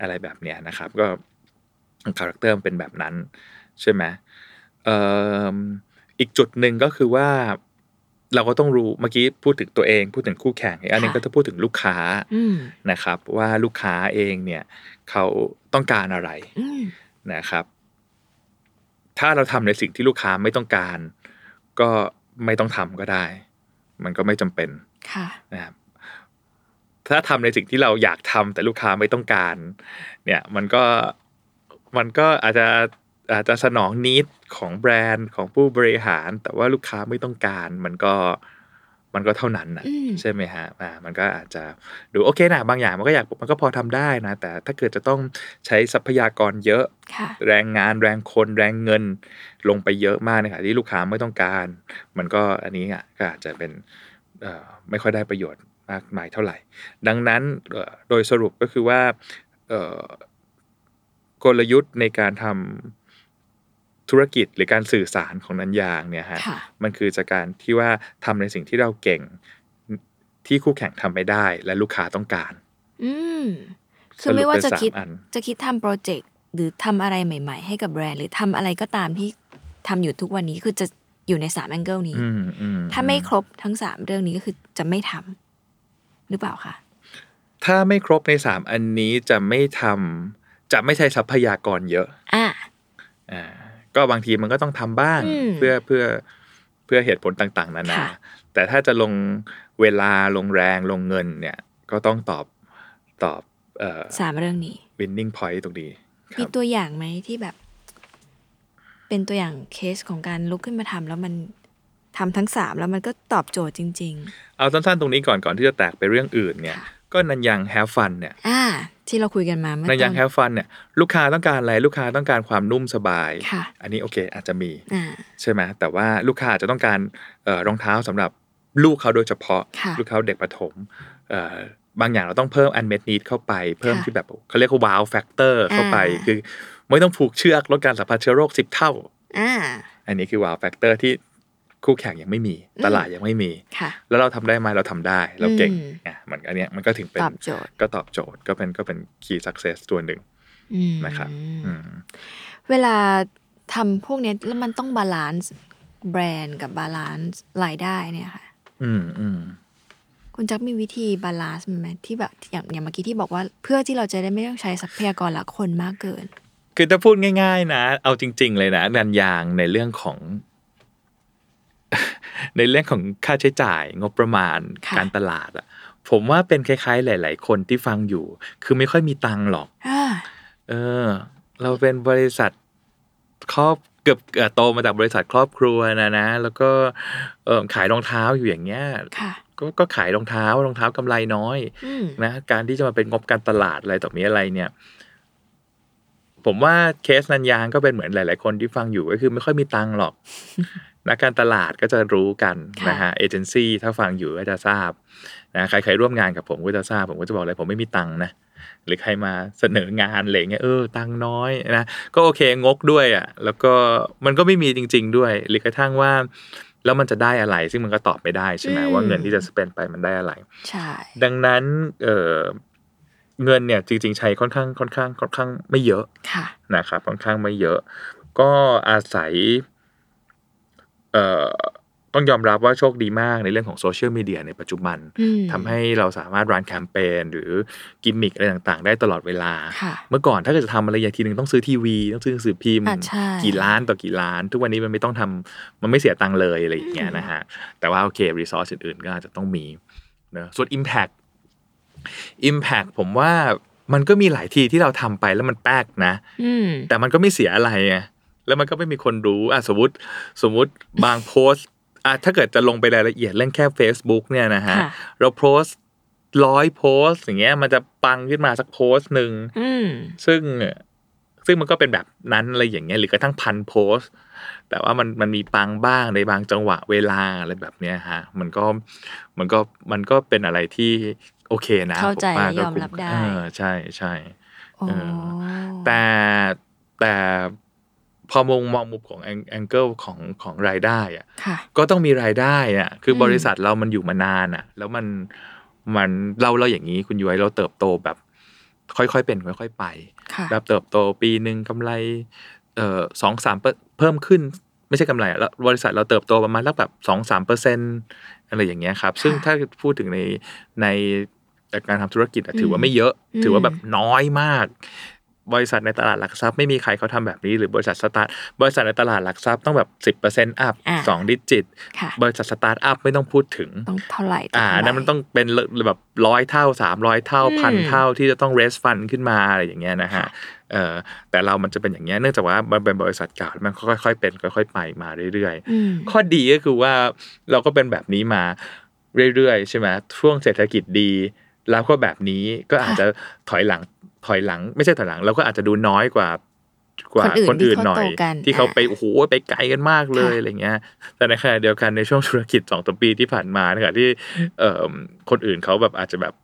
อะไรแบบเนี้ยนะครับ ก็คาแรคเตอร์มันเป็นแบบนั้น ใช่ไหมเอิ่มอีกจุดหนึ่งก็คือว่าเราก็ต้องรู้เมื่อกี้พูดถึงตัวเอง พูดถึงคู่แข่งอีกอันหนึงก็จะพูดถึงลูกค้า
อืม
นะครับว่าลูกค้าเองเนี่ยเขาต้องการอะไร
อืม
นะครับ ถ้าเราทำในสิ่งที่ลูกค้าไม่ต้องการ ก็ไม่ต้องทำก็ได้ มันก็ไม่จำเป็น
ค่ะ
นะครับถ้าทำในสิ่งที่เราอยากทำแต่ลูกค้าไม่ต้องการ เนี่ยมันก็มันก็อาจจะอาจจะสนองนิดของแบรนด์ของผู้บริหาร แต่ว่าลูกค้าไม่ต้องการ มันก็มันก็เท่านั้นนะ
อืม
ใช่ไหมฮะ อ่า มันก็อาจจะดูโอเคนะบางอย่างมันก็อยากมันก็พอทำได้นะ แต่ถ้าเกิดจะต้องใช้ทรัพยากรเยอะ
ค่ะ
แรงงานแรงคนแรงเงินลงไปเยอะมากในขณะที่ลูกค้าไม่ต้องการ มันก็อันนี้อ่ะก็อาจจะเป็นเอ่อไม่ค่อยได้ประโยชน์มากมายเท่าไหร่ ดังนั้นเอ่อโดยสรุปก็คือว่าเอ่อกลยุทธ์ในการทำธุรกิจหรือการสื่อสารของนันยางเนี่ยฮะ
ค่ะ
มันคือจากการที่ว่าทำในสิ่งที่เราเก่งที่คู่แข่งทำไม่ได้ และลูกค้าต้องการ
อืมคือไม่ว่าจะคิด
สรุปเป็นสามอัน
จะคิดทำโปรเจกต์หรือทำอะไรใหม่ ๆ ให้กับแบรนด์ หรือทำอะไรก็ตามที่ทำอยู่ทุกวันนี้คือจะอยู่ในสามแองเกิลนี้
อืมอื
ถ้าไม่ครบทั้งสามเรื่องนี้ก็คือจะไม่ทำหรือเปล่าคะ
ถ้าไม่ครบในสามอันนี้จะไม่ทำจะไม่ใช้ทรัพยากรเยอะ
อ่ะ
อ่าก็บางทีมันก็ต้องทำบ้าง
อืม
เพื่อเพื่อเพื่อเหตุผลต่าง ๆ นานา
ค่ะ
แต่ถ้าจะลงเวลาลงแรงลงเงินเนี่ย ก็ต้องตอบตอบเอ่อ
สามเรื่องนี้
winning point ตรงนี้ค
มี
รับ
ตัวอย่างไหมที่แบบ เป็นตัวอย่างเคสของการลุกขึ้นมาทำแล้วมันทำทั้งสามแล้วมันก็ตอบโจทย์จริง
เอาสั้นๆตรงนี้ก่อนก่อนที่จะแตกไปเรื่องอื่นเนี่ย
ค่ะ
ก็นันยังแฮฟฟันเนี่ย
ๆ อ่า ที่เราคุยกันมาเมื่อ
ใน
ต
ยั
อง น
แฮฟฟันเนี่ยลูกค้าต้องการอะไรลูกค้าต้องการความนุ่มสบาย
ค่ะ
อันนี้โอเคอาจจะมี
อ่า
ใช่ไหมแต่ว่าลูกค้าอาจจะต้องการเอ่อรองเท้าสำหรับลูกเขาโดยเฉพาะ
ค่ะ
ลูกเขาเด็กประถมเอ่อบางอย่างเราต้องเพิ่มอันเมดนีดเข้าไป เพิ่ม
ค่ะ
ที่แบบเขาเรียกว่าว้าวแฟกเตอร์เข้าไป
อ่า
คือไม่ต้องผูกเชือกลดการสัมผัสเชื้อโรค 10 เท่า
อ่า
อันนี้คือว้าวแฟกเตอร์ที่คู่แข่งยังไม่มี
อืม
ตลาดยังไม่มี
ค่ะ
แล้วเราทำได้ไหมเราทำได้เราเก่ง
อืม
อ่ะมันอันเนี้ยมันก็ถึงเป็น
ตอบโจทย์
ก็ตอบโจทย์ก็เป็นก็เป็นคีย์สักเซสตัวหนึ่ง
อืม
นะครับ อืม
เวลาทำพวกเนี้ยแล้วมันต้องบาลานซ์แบรนด์กับบาลานซ์รายได้เนี่ยค่ะ
อืมอืม
คุณจักมีวิธีบาลานซ์มันไหมที่แบบอย่างอย่างเมื่อกี้ที่บอกว่า เพื่อที่เราจะได้ไม่ต้องใช้ทรัพยากรหละคนมากเกิน
คือถ้าพูดง่าย ๆ นะ เอาจริง ๆ เลยนะนันยางในเรื่องของ ในเรื่องของค่าใช้จ่าย งบประมาณ
ค่ะ
การตลาดอะผมว่าเป็นคล้าย ๆ หลาย ๆ คนที่ฟังอยู่ คือไม่ค่อยมีตังค์หรอก
อ่า
เออ เราเป็นบริษัทครอบเกือบเอ่อโตมาจากบริษัทครอบครัวนะนะ แล้วก็เออขายรองเท้าอยู่อย่างเงี้ย
ค่ะ
ก็ก็ขายรองเท้ารองเท้ากำไรน้อย
อืม
นะการที่จะมาเป็นงบการตลาดอะไรต่อมีอะไรเนี่ย ผมว่าเคสนันยางก็เป็นเหมือนหลาย ๆ คนที่ฟังอยู่ก็คือไม่ค่อยมีตังค์หรอก นักการตลาดก็จะรู้กัน
ค่ะ
นะฮะเอเจนซี่ถ้าฟังอยู่ก็จะทราบนะใครๆร่วมงานกับผมก็จะทราบ ผมก็จะบอกเลยผมไม่มีตังค์นะ หรือใครมาเสนองานอะไรเงี้ยเออตังค์น้อยนะก็โอเคงกด้วยอ่ะ แล้วก็มันก็ไม่มีจริง ๆ ด้วย หรือกระทั่งว่า แล้วมันจะได้อะไร ซึ่งมันก็ตอบไม่ได้ใช่ไหมว่าเงินที่จะสเปนไปมันได้อะไร
ใช่
ดังนั้นเอ่อเงินเนี่ยจริงๆใช้ค่อนข้างค่อนข้างค่อนข้างไม่เยอะ
ค่ะ
นะครับค่อนข้างไม่เยอะ ก็อาศัยเอ่อต้องยอมรับว่าโชคดีมากในเรื่องของโซเชียลมีเดียในปัจจุบัน
อืม
ทำให้เราสามารถรันแคมเปญหรือกิมมิคอะไรต่างๆ ได้ตลอดเวลา
ค่ะ
เมื่อก่อนถ้าเกิดจะทำอะไรอย่างทีหนึ่งต้องซื้อทีวี ต้องซื้อหนังสือพิมพ์
อ่ะใช่
กี่ล้านต่อกี่ล้าน ทุกวันนี้มันไม่ต้องทำมันไม่เสียตังค์เลยอะไรอย่างเงี้ยนะฮะ แต่ว่าโอเครีซอสอื่นๆก็อาจจะต้องมีเนอะส่วน Impact Impact ผมว่ามันก็มีหลายทีที่เราทำไปแล้วมันแป๊กนะ
อืม
แต่มันก็ไม่เสียอะไรไงแล้วมันก็ไม่มีคนรู้อ่ะสมมติสมมติบางโพสต์อ่ะถ้าเกิดจะลงไปรายละเอียดเรื่องแค่ Facebook เนี่ยนะฮะ
ค่ะ
เราโพสต์ร้อยโพสต์อย่างเงี้ยมันจะปังขึ้นมาสักโพสต์หนึ่ง
อืม
ซึ่ง ซึ่งมันก็เป็นแบบนั้นอะไรอย่างเงี้ยหรือกระทั่งพันโพสต์ แต่ว่ามันมันมีปังบ้างในบางจังหวะเวลาอะไรแบบเนี้ยฮะมันก็มันก็มันก็เป็นอะไรที่โอเคนะ
เข้าใจ
ผมว่
และย
ก็
อมรับได้
เออใช่ใช่
โอ้
เออ แต่แต่พอมองมองมุมของแองเกิลของของรายได้อะ
ค่ะ
ก็ต้องมีรายได้อะคืออ
ม
บริษัทเรามันอยู่มานานอะแล้วมันมันเราเราอย่างนี้คุณย้อยเราเติบโตแบบ ค่อยๆเป็นค่อยๆไป
ค่ะ
แบบเติบโตปีหนึ่งกำไรเอ่อสองสามเพิ่มขึ้น ไม่ใช่กำไรอะแล้วบริษัทเราเติบโตประมาณสักแบบสองสามเปอร์เซ็นอะไรอย่างเงี้ยครับ ซึ่งถ้าพูดถึงในในจากการทำธุรกิจอะถือว่าไม่เยอะ ถือว่าแบบน้อยมาก บริษัทในตลาดหลักทรัพย์ไม่มีใครเขาทำแบบนี้ หรือบริษัทสตาร์ทบริษัทในตลาดหลักทรัพย์ต้องแบบสิบเปอร์เซ็นต์อัพ
อ่า
สองดิจิต
ค่ะ
บริษัทสตาร์ทอัพไม่ต้องพูดถึง
ต้องเท่าไหร่
อ่า
เท่ไหร่
นั้นมันต้องเป็นแบบร้อยเท่าสามร้อยเท่า
อืม
พันเท่าที่จะต้องเรสฟันขึ้นมาอะไรอย่างเงี้ยนะฮะ เออแต่เรามันจะเป็นอย่างเงี้ยเนื่องจากว่ามันเป็นบริษัทเก่ามันค่อยๆเป็นค่อยๆไปมาเรื่อย
อืม
ข้อดีก็คือว่าเราก็เป็นแบบนี้มาเรื่อยๆใช่ไหมช่วงเศรษฐกิจดีเราก็แบบนี้ก็อาจจะถอยหลังถอยหลัง ไม่ใช่ถอยหลังเราก็อาจจะดูน้อยกว่ากว่า
ค
คน น
อื่นที่
อื่น
เขา
หน่อย
โตกัน
ที่เขา
อ่า
ไปโอ้โหไปไกลกันมากเลยอะไรเงี้ย แต่ในขณะเดียวกันในช่วงธุรกิจสองปีที่ผ่านมานะคะที่เอ่อคนอื่นเขาแบบอาจจะแบบ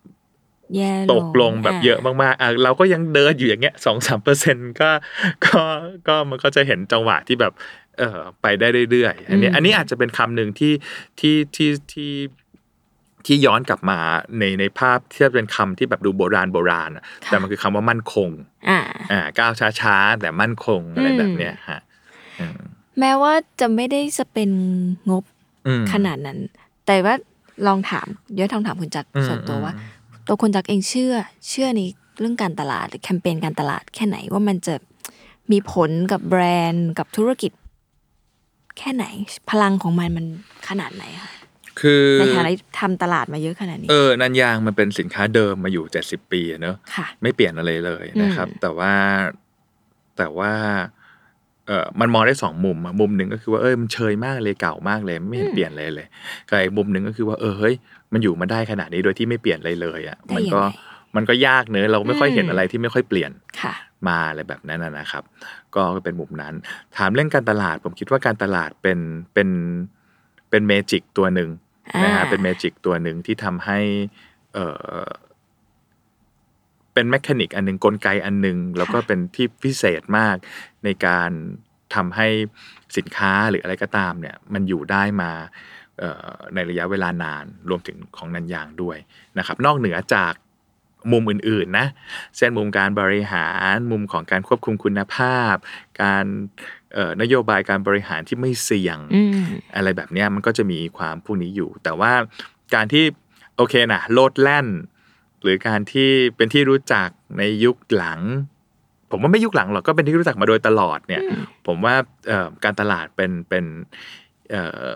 แย่
ตกลงแบบเยอะ
มาก
มากๆอ่ะเราก็ยังเดินอยู่อย่างเงี้ยสองสามเปอร์เซ็นก็ก็ก็มันก็จะเห็นจังหวะที่แบบเออไปได้เรื่อยๆอันนี้
อืม
อันนี้อาจจะเป็นคำหนึ่งที่ที่ที่ที่ที่ย้อนกลับมาในในภาพที่เป็นคำที่แบบดูโบราณโบราณอะแต่มันคือคำว่ามั่นคง
อ่า
อ่าก้าวช้าๆ แต่มั่นคงอะไรแบบเนี้ยฮะอืม
แม้ว่าจะไม่ได้จะเป็นงบ
อืม
ขนาดนั้น แต่ว่าลองถามเดี๋ยวทองถามคุณจักร
อืม
ส่วนตัว
อืม
ว่า ตัวคุณจักรเองเชื่อ เชื่อในเรื่องการตลาดหรือแคมเปญการตลาดแค่ไหนว่ามันจะมีผลกับแบรนด์กับธุรกิจ แค่ไหน พลังของมันมันขนาดไหนคะ
คือ
ในฐานะที่ทำตลาดมาเยอะขนาดนี้
เออ นันยางมันเป็นสินค้าเดิมมาอยู่ 70 ปีอะเนอะ
ค่ะ
ไม่เปลี่ยนอะไรเลยนะครับ
อืม
แต่ว่าแต่ว่าเออมันมองได้สองมุมอะมุมหนึ่งก็คือว่าเอ้ยมันเชยมากเลยเก่ามากเลย ไม่เห็นเปลี่ยนเลยเลยกับอีกมุมหนึ่งก็คือว่าเออเฮ้ยมันอยู่มาได้ขนาดนี้โดยที่ไม่เปลี่ยนอะไรเลยอ่ะ
ได้
มัน
ยัง
ก็
ไง
มันก็ยากเนอะเราไม่ค่อยเห็น
อืม
อะไรที่ไม่ค่อยเปลี่ยน
ค่ะ
มาอะไรแบบนั้นนะนะครับ ก็เป็นมุมนั้น ถามเรื่องการตลาด ผมคิดว่าการตลาดเป็นเป็นเป็นเมจิกตัวหนึ่งนะฮะ
อ่า
เป็นเมจิกตัวหนึ่งที่ทำให้เออเป็นแมคานิกอันหนึ่งกลไกอันหนึ่งแล้วก็เป็นที่พิเศษมากในการทำให้สินค้าหรืออะไรก็ตามเนี่ยมันอยู่ได้มาเอ่อในระยะเวลานานรวมถึงของนันยางด้วยนะครับ นอกเหนือจากมุมอื่นๆนะ เช่นมุมการบริหารมุมของการควบคุมคุณภาพ การเอ่อนโยบายการบริหารที่ไม่เสี่ยง
อืม
อะไรแบบเนี้ยมันก็จะมีความพวกนี้อยู่ แต่ว่าการที่โอเคนะโลดแล่น หรือการที่เป็นที่รู้จักในยุคหลัง ผมว่าไม่ยุคหลังหรอกก็เป็นที่รู้จักมาโดยตลอดเนี่ย ผมว่าเอ่อการตลาดเป็นเป็นเอ่อ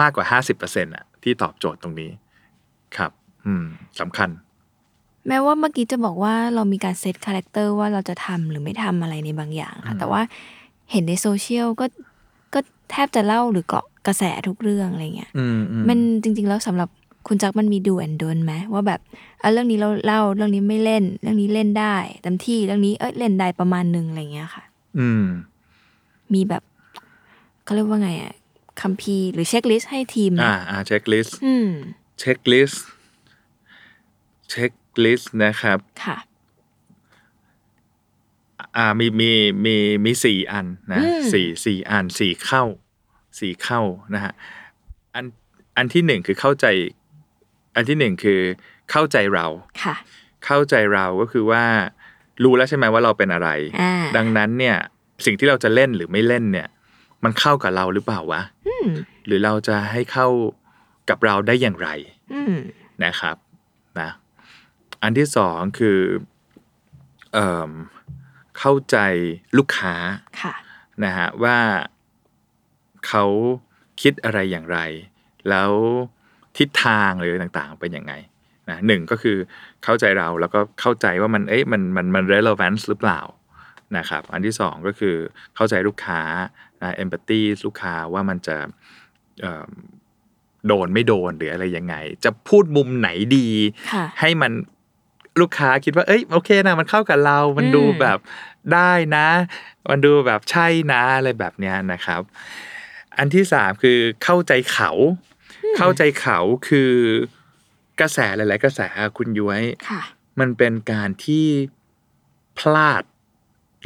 มากกว่า 50%อะที่ตอบโจทย์ตรงนี้ครับ อืมสำคัญ
แม้ว่าเมื่อกี้จะบอกว่าเรามีการเซตคาแรคเตอร์ว่าเราจะทำหรือไม่ทำอะไรในบางอย่างค่ะ แต่ว่าเห็นในโซเชียลก็ก็แทบจะเล่าหรือเกาะกระแสทุกเรื่องอะไรเงี้ย
อืมอืม
มันจริง ๆ แล้วสำหรับคุณจักรมันมีดูแอนดนไหมว่าแบบอ่ะเรื่องนี้เราเล่าเรื่องนี้ไม่เล่น เรื่องนี้เล่นได้เต็มที่เรื่องนี้เอ้ยเล่นได้ประมาณหนึงอะไรเงี้ยค่ะ
อืม
มีแบบเขาเรียกว่าไงอ่ะคัมภีร์หรือเช็คลิสต์ให้ทีมไหม
อ่าอ่าเช็คลิสต์
อืม
เช็คลิสต์เช็คลิสต์นะครับ
ค่ะ
อ่ามีมีมีมีสี่อันนะ
อืม
สี่สี่อันสี่เข้าสี่เข้านะฮะอันอันที่หนึ่งคือเข้าใจ อันที่หนึ่งคือเข้าใจเรา
ค่ะ
เข้าใจเราก็คือว่า รู้แล้วใช่ไหมว่าเราเป็นอะไร
อ่า
ดังนั้นเนี่ยสิ่งที่เราจะเล่นหรือไม่เล่นเนี่ย มันเข้ากับเราหรือเปล่าวะ
อืม
หรือเราจะให้เข้ากับเราได้อย่างไร
อืม
นะครับนะอันที่สองคือเอิ่มเข้าใจลูกค้า
ค่ะ
นะฮะว่าเขาคิดอะไรอย่างไร แล้วทิศทางหรือต่างๆเป็นยังไงนะหนึ่งก็คือเข้าใจเราแล้วก็เข้าใจว่ามันเอ๊ะมันมันมัน relevance หรือเปล่านะครับอันที่สองก็คือเข้าใจลูกค้านะ empathy ลูกค้าว่ามันจะเอิ่มโดนไม่โดนหรืออะไรยังไง จะพูดมุมไหนดี
ค่ะ
ให้มัน ลูกค้าคิดว่า เอ้ยโอเคนะมันเข้ากับเรา มันดู
อืม
แบบได้นะ มันดูแบบใช่นะอะไรแบบเนี้ยนะครับ อันที่สามคือเข้าใจเขา เข้าใจเขาคือกระแสหลาย ๆ กระแสอะคุณย้วย
ค่ะ
มันเป็นการที่พลาด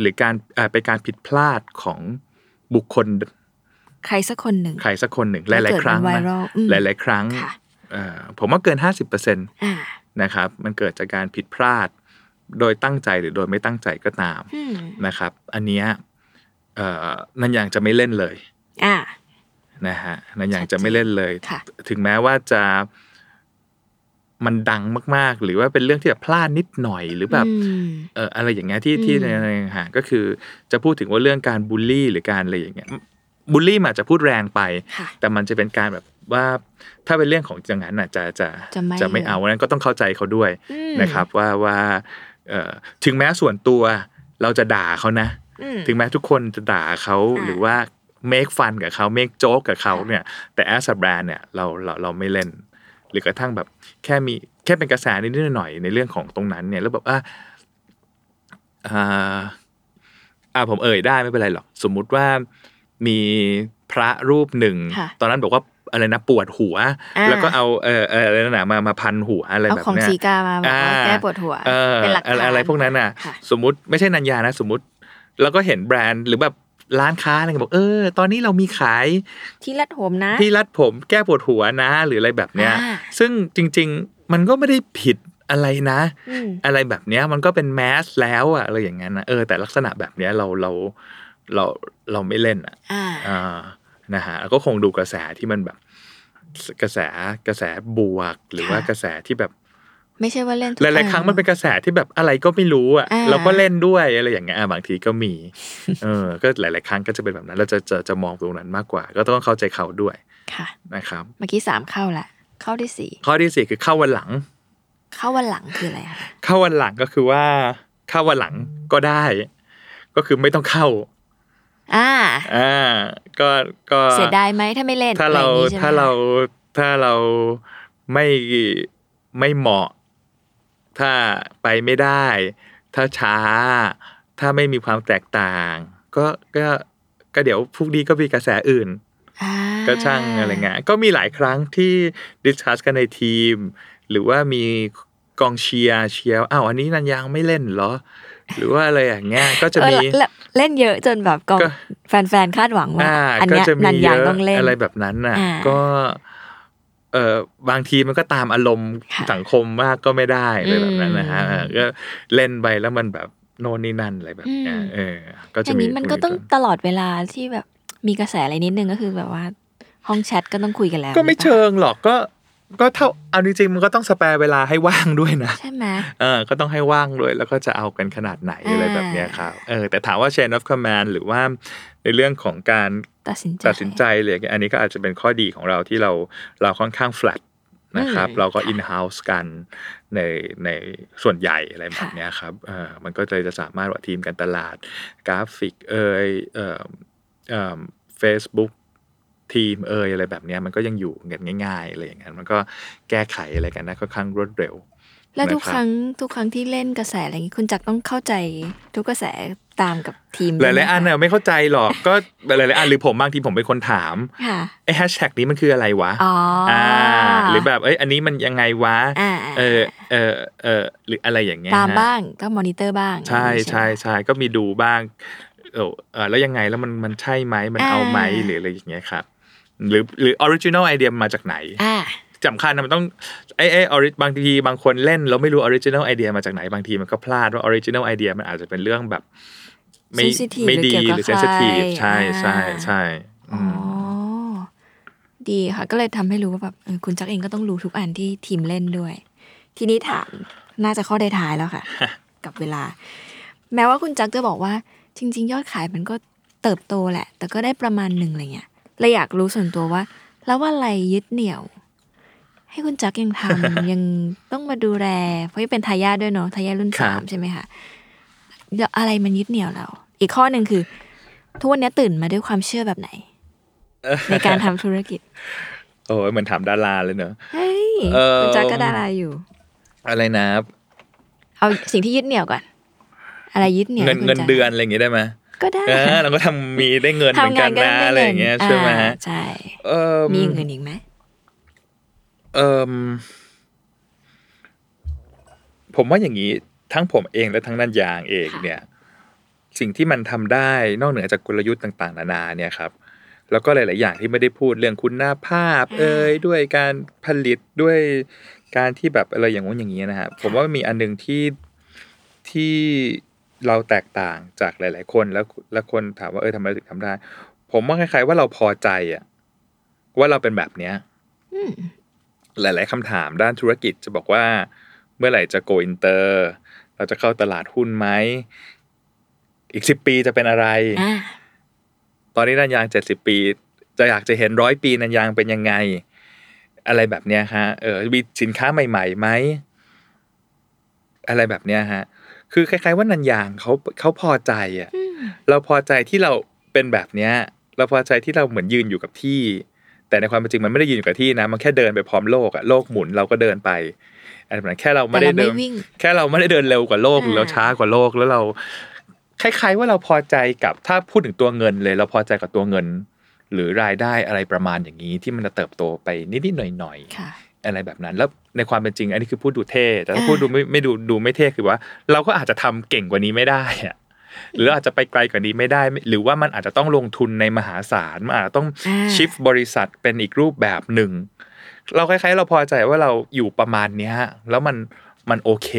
หรือการเอ่อเป็นการผิดพลาดของบุคคล
ใครสักคนหนึ่ง
ใครสักคนหนึ่ง หลาย ๆ ครั้ง
เกิดเป็นไว
นะ
รัลอืม
หลาย ๆ ครั้ง
ค่ะ
เอ่อผมว่าเกิน 50%เปอร์เซ็นต
อ่า
นะครับมันเกิดจากการผิดพลาด โดยตั้งใจหรือโดยไม่ตั้งใจก็ตาม
อืม
นะครับ อันเนี้ยเอ่อนันยางจะไม่เล่นเลย
อ่า
นะฮะนันยางจะไม่เล่นเลย
ค่ะ
ถึงแม้ว่าจะมันดังมาก ๆ หรือว่าเป็นเรื่องที่แบบพลาดนิดหน่อยหรือแบบ
อืม
เอออะไรอย่างเงี้ยที่ที่
อืม
ในในหางก็คือ จะพูดถึงว่าเรื่องการบูลลี่หรือการอะไรอย่างเงี้ยบูลลี่มันอาจจะพูดแรงไป
ค่ะ
แต่มันจะเป็นการแบบว่าถ้าเป็นเรื่องของอย่างนั้นน่ะจะจะ
จะไม่
จะไม่เอาวันนั้นก็ต้องเข้าใจเขาด้วย
อืม
นะครับว่าว่าเอ่อถึงแม้ส่วนตัวเราจะด่าเขานะ
อืม
ถึงแม้ทุกคนจะด่าเขา
อ่า
หรือว่า make fun กับเขา make joke กับเขา
ค่ะ
เนี่ยแต่ as a brand เนี่ยเราเราเราไม่เล่น หรือกระทั่งแบบแค่มีแค่เป็นกระแสนิดนิดหน่อยๆในเรื่องของตรงนั้นเนี่ยแล้วแบบว่าอ่าอ่าผมเอ่ยได้ไม่เป็นไรหรอก สมมุติว่ามีพระรูปหนึ่ง
ค่ะ
ตอนนั้นบอกว่าอะไรนะปวดหัว
อ่า
แล้วก็เอาเออเอ่ออะไรนะมามาพันหัวอะไร
เอา
แบบ
ของ
เนี้ย
สีกามาบอกว่า
อ่า
แก้ปวดหัว
เออ
เป็นหลักฐาน
อะไรอะไรพวกนั้นน่ะ
ค่ะ
สมมติไม่ใช่นันยานะ สมมติเราก็เห็นแบรนด์หรือแบบร้านค้าอะไรก็บอกเออ ตอนนี้เรามีขาย
ที่รัดผมนะ
ที่รัดผมแก้ปวดหัวนะ หรืออะไรแบบเนี้ย
อ่า
ซึ่งจริง ๆ มันก็ไม่ได้ผิดอะไรนะ
อืม
อะไรแบบเนี้ยมันก็เป็นแมสแล้วอะอะไรอย่างนั้นนะเออแต่ลักษณะแบบเนี้ยเราเราเราเราไม่เล่นอะ
อ่า
อ่านะฮะแล้วก็คงดูกระแสที่มันแบบกระแสกระแสบวก หรือว่า
ค่ะ
กระแสที่แบบ
ไม่ใช่ว่าเล่นทุก
หลายๆครั้งมันเป็นกระแสที่แบบอะไรก็ไม่รู้อ่ะ
อ่า
เราก็เล่นด้วยอะไรอย่างเงี้ยอ่ะบางทีก็มี เออ ก็หลาย ๆ ครั้งก็จะเป็นแบบนั้นเราจะจะจะมองตรงนั้นมากกว่า ก็ต้องเข้าใจเขาด้วย
ค่ะ
นะครับ
เมื่อกี้สามเข้าละ เข้าที่สี่
ข้อที่สี่คือเข้าวันหลัง
เข้าวันหลังคืออะไรคะ
เข้าวันหลังก็คือว่าเข้าวันหลังก็ได้ ก็คือไม่ต้องเข้า
อ่า
อ่าก็ก็
เสียดายไหมถ้าไม่เล่น
ถ้า
อะไร
เรา
อย่งงี้ใช่ไหม
ถ้าเราถ้าเราไม่ไม่เหมาะ ถ้าไปไม่ได้ ถ้าช้า ถ้าไม่มีความแตกต่าง ก็ก็ก็เดี๋ยวพรุ่งนี้ก็มีกระแสอื่น
อ่า
ก็ช่างอะไรเงี้ยก็มีหลายครั้งที่ดิสคัสกันในทีม หรือว่ามีกองเชียร์เชียร์อ้าวอันนี้นันยางไม่เล่นเหรอ หรือว่าอะไรอย่างเงี้ยก็จะ
เออ
มี
แล้วเล่นเยอะจนแบบกอง
ก็
แฟนๆคาดหวังว่า อัน
ก็
เนี้ย
จะมี
นันยาง
เะ
ต้องเล่น
อะไรแบบนั้นน่ะ
อ่า
ก็เออบางทีมันก็ตามอารมณ์
ค่ะ
สังคมมากก็ไม่ได้อะไรแบบนั้นนะฮะ
อืม
เออก็เล่นไปแล้วมันแบบโน่นนี่นั่นอะไรแบบเนี้ย
อืม
เออ ก็
อ
จะ
ย่าง
มี
นี้มันก็ต้องตลอดเวลาที่แบบมีกระแสอะไรนิดนึงก็คือแบบว่า ห้องแชทก็ต้องคุยกันแล้ว
ก็
ห
ไม่
รือ
เชิงหรอกก็ ก็เท่าเอาจริงๆมันก็ต้องสแปร์เวลาให้ว่างด้วย
ป
นะ
ล่าใช่ไหม
เออก็ต้องให้ว่างด้วย แล้วก็จะเอากันขนาดไหนอะไร
อ่า
แบบเนี้ยครับเออแต่ถามว่า chain of command หรือว่าในเรื่องของการ
ตัดสินใจ
ตัดสินใจเลยางเงี้ยอันนี้ก็อาจจะเป็นข้อดีของเราที่เราเราค่อนข้าง flat นะครับ
อืม
เราก็
ค่ะ
in-house กันในในส่วนใหญ่อะไรแบบเนี้ยครับเอ่อมันก็เลยจะสามารถว่าทีมการตลาดกราฟิกเอยเอ่อเอ่อ Facebook ทีมเอยอะไรแบบเนี้ยมันก็ยังอยู่กันง่ายๆอะไรอย่างเงี้ยมันก็แก้ไขอะไรกันได้ค่อนข้างรวดเร็ว
แล้วทุก
นะครับ
ครั้งทุกครั้งที่เล่นกระแสอะไรอย่างนี้คุณจักรต้องเข้าใจทุกกระแสตามกับทีม
ห
ด้วไหม
ลายๆอันน่ะไม่เข้าใจหรอกก็หลายๆอันหรือผมบางทีผมเป็นคนถาม
ค่ะ
ไอ้แฮชแท็กนี้มันคืออะไรวะ
อ๋ออ่า
หรือแบบเอ้ยอันนี้มันยังไงวะ
อ่า
เออเออเออหรืออะไรอย่างเงี้ย
ตาม
ฮะ
บ้างต้องมอนิเตอร์บ้าง
ใช่ใช่
ไหม
ใช่ก็มีดูบ้างเออเออแล้วยังไงแล้วมันมันใช่ไหมมันเอาไหม
อ่า
หรืออะไรอย่างเงี้ยครับหรือหรือออริจินอลไอเดียมาจากไหน
อ่า
สำคัญนะมันต้องไอไอออริบางทีบางคนเล่นแล้วไม่รู้ออริจินอลไอเดียมาจากไหนบางทีมันก็พลาดว่าออริจินอลไอเดียมันอาจจะเป็นเรื่องแบบ ไม่
Sensitive
ไม่
หรือ
ดี
เกี่ยวกับ
หรือเซนซิทีฟ
ใคร
ใช่ใช่
อ่า
ใช่
อ๋
อื
อ
ม
อดีค่ะ ก็เลยทำให้รู้ว่าแบบเออคุณจักรเองก็ต้องรู้ทุกอันที่ทีมเล่นด้วย ทีนี้ถามน่าจะข้อได้ท้ายแล้ว ค่ะ กับเวลา แม้ว่าคุณจักรจะบอกว่า จริง ๆ ยอดขายมันก็เติบโตแหละ แต่ก็ได้ประมาณหนึ่งอะไรเงี้ยเลยอยากรู้ส่วนตัวว่า แล้วว่าอะไรยึดเหนี่ยว ให้คุณจักรยังทำ ยังต้องมาดูแล เพราะยังเป็นทายาทด้วยเนาะทายาทรุ่นสามใช่ไหมคะเดี๋ยวอะไรมันยึดเหนี่ยวเรา อีกข้อหนึ่งคือ ทุกวันนี้ตื่นมาด้วยความเชื่อแบบไหน ในการทำธุร กิจ
โอ้ยเหมือนถามดาราเลยเนอะ
เฮ้ย
เอ่อ
คุณจักรก็ดาราอยู่
อะไรนะ
เอาสิ่งที่ยึดเหนี่ยวก่อน อะไรยึดเหนี่ยว
เงิน
คุณ
เงิน
จั
เดือนอะไรอย่างงี้ได้ไหม
ก็ได้
เออเราก็ทำมีได้เงินเหมือ
ทำ
น
งา
กัน น
ก็
นะ
ด้
อะไรอย่างเงี้ยใช่ไหม
อ่าใช่
เอ่อ
มีเงินอีกไหม
เอ่อผมว่าอย่างนี้ทั้งผมเองและทั้งนันยางเองเนี่ย สิ่งที่มันทำได้นอกเหนือจากกลยุทธ์ต่าง ๆ นานาเนี่ยครับ แล้วก็หลาย ๆ อย่างที่ไม่ได้พูดเรื่องคุณภาพ เอ่ยด้วยการผลิตด้วยการที่แบบอะไรอย่างงู้นอย่างนี้นะฮะผมว่ามีอันหนึงที่ที่เราแตกต่างจากหลาย ๆ คนแล้วแล้วคนถามว่าเออทำไมเราถึงทำได้ ผมว่าคล้าย ๆ ว่าเราพอใจอะว่าเราเป็นแบบเนี้ย
อืม
หลาย ๆคำถามด้านธุรกิจจะบอกว่า เมื่อไหร่จะโกอินเตอร์ เราจะเข้าตลาดหุ้นไหม อีกสิบปีจะเป็นอะไร
อ่า
ตอนนี้นันยางเจ็ดสิบปี จะอยากจะเห็นร้อยปีนันยางเป็นยังไง อะไรแบบเนี้ยฮะเออมีสินค้าใหม่ๆไหมอะไรแบบเนี้ยฮะ คือคล้าย ๆ ว่านันยางเขาเขาพอใจอ่ะ
อืม
เราพอใจที่เราเป็นแบบเนี้ย เราพอใจที่เราเหมือนยืนอยู่กับที่ แต่ในความเป็นจริงมันไม่ได้ยืนอยู่กับที่นะ มันแค่เดินไปพร้อมโลกอะโลกหมุนเราก็เดินไปอะไรแบบนั้นแค่เรา
แต่
ไม่ได้
เรา
เดิ
ไม่
น
วิ่ง
แค่เราไม่ได้เดินเร็วกว่าโลก
อ่า
หรือเราช้ากว่าโลกแล้วเรา คล้าย ๆ ว่าเราพอใจกับถ้าพูดถึงตัวเงินเลย เราพอใจกับตัวเงิน หรือรายได้อะไรประมาณอย่างนี้ที่มันจะเติบโตไปนิดๆหน่อยๆ
ค่ะ
อะไรแบบนั้น แล้วในความเป็นจริง อันนี้คือพูดดูเท่ แต่ถ้า
อ่า
พูดดูไม่ไม่ดูดูไม่เท่คือว่า เราก็อาจจะทำเก่งกว่านี้ไม่ได้อะหรืออาจจะไปไกลกว่านี้ไม่ได้ หรือว่ามันอาจจะต้องลงทุนในมหาศาลมันอาจจะต้อง
อ่า
ชิฟบริษัทเป็นอีกรูปแบบหนึ่ง เราคล้ายๆ เราพอใจว่าเราอยู่ประมาณเนี้ยแล้วมันมันโอเค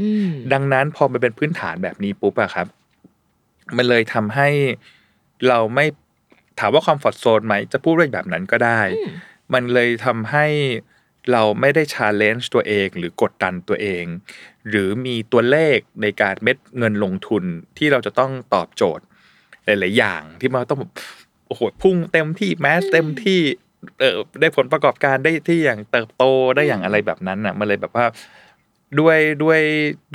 อืม
ดังนั้นพอมันเป็นพื้นฐานแบบนี้ปุ๊บอะครับ มันเลยทำให้เราไม่ถามว่าคอมฟอร์ z โซนไหม จะพูดเรื่องแบบนั้นก็ได้ มันเลยทำให้เราไม่ได้ชาเลนจ์ตัวเองหรือกดดันตัวเอง หรือมีตัวเลขในการเม็ดเงินลงทุนที่เราจะต้องตอบโจทย์ หลาย ๆ อย่างที่มันต้องแบบโอ้โหพุ่งเต็มที่แมสเต็มที่เออได้ผลประกอบการได้ที่อย่างเติบโตได้อย่างอะไรแบบนั้นอ่ะมันเลยแบบว่าด้วยด้วย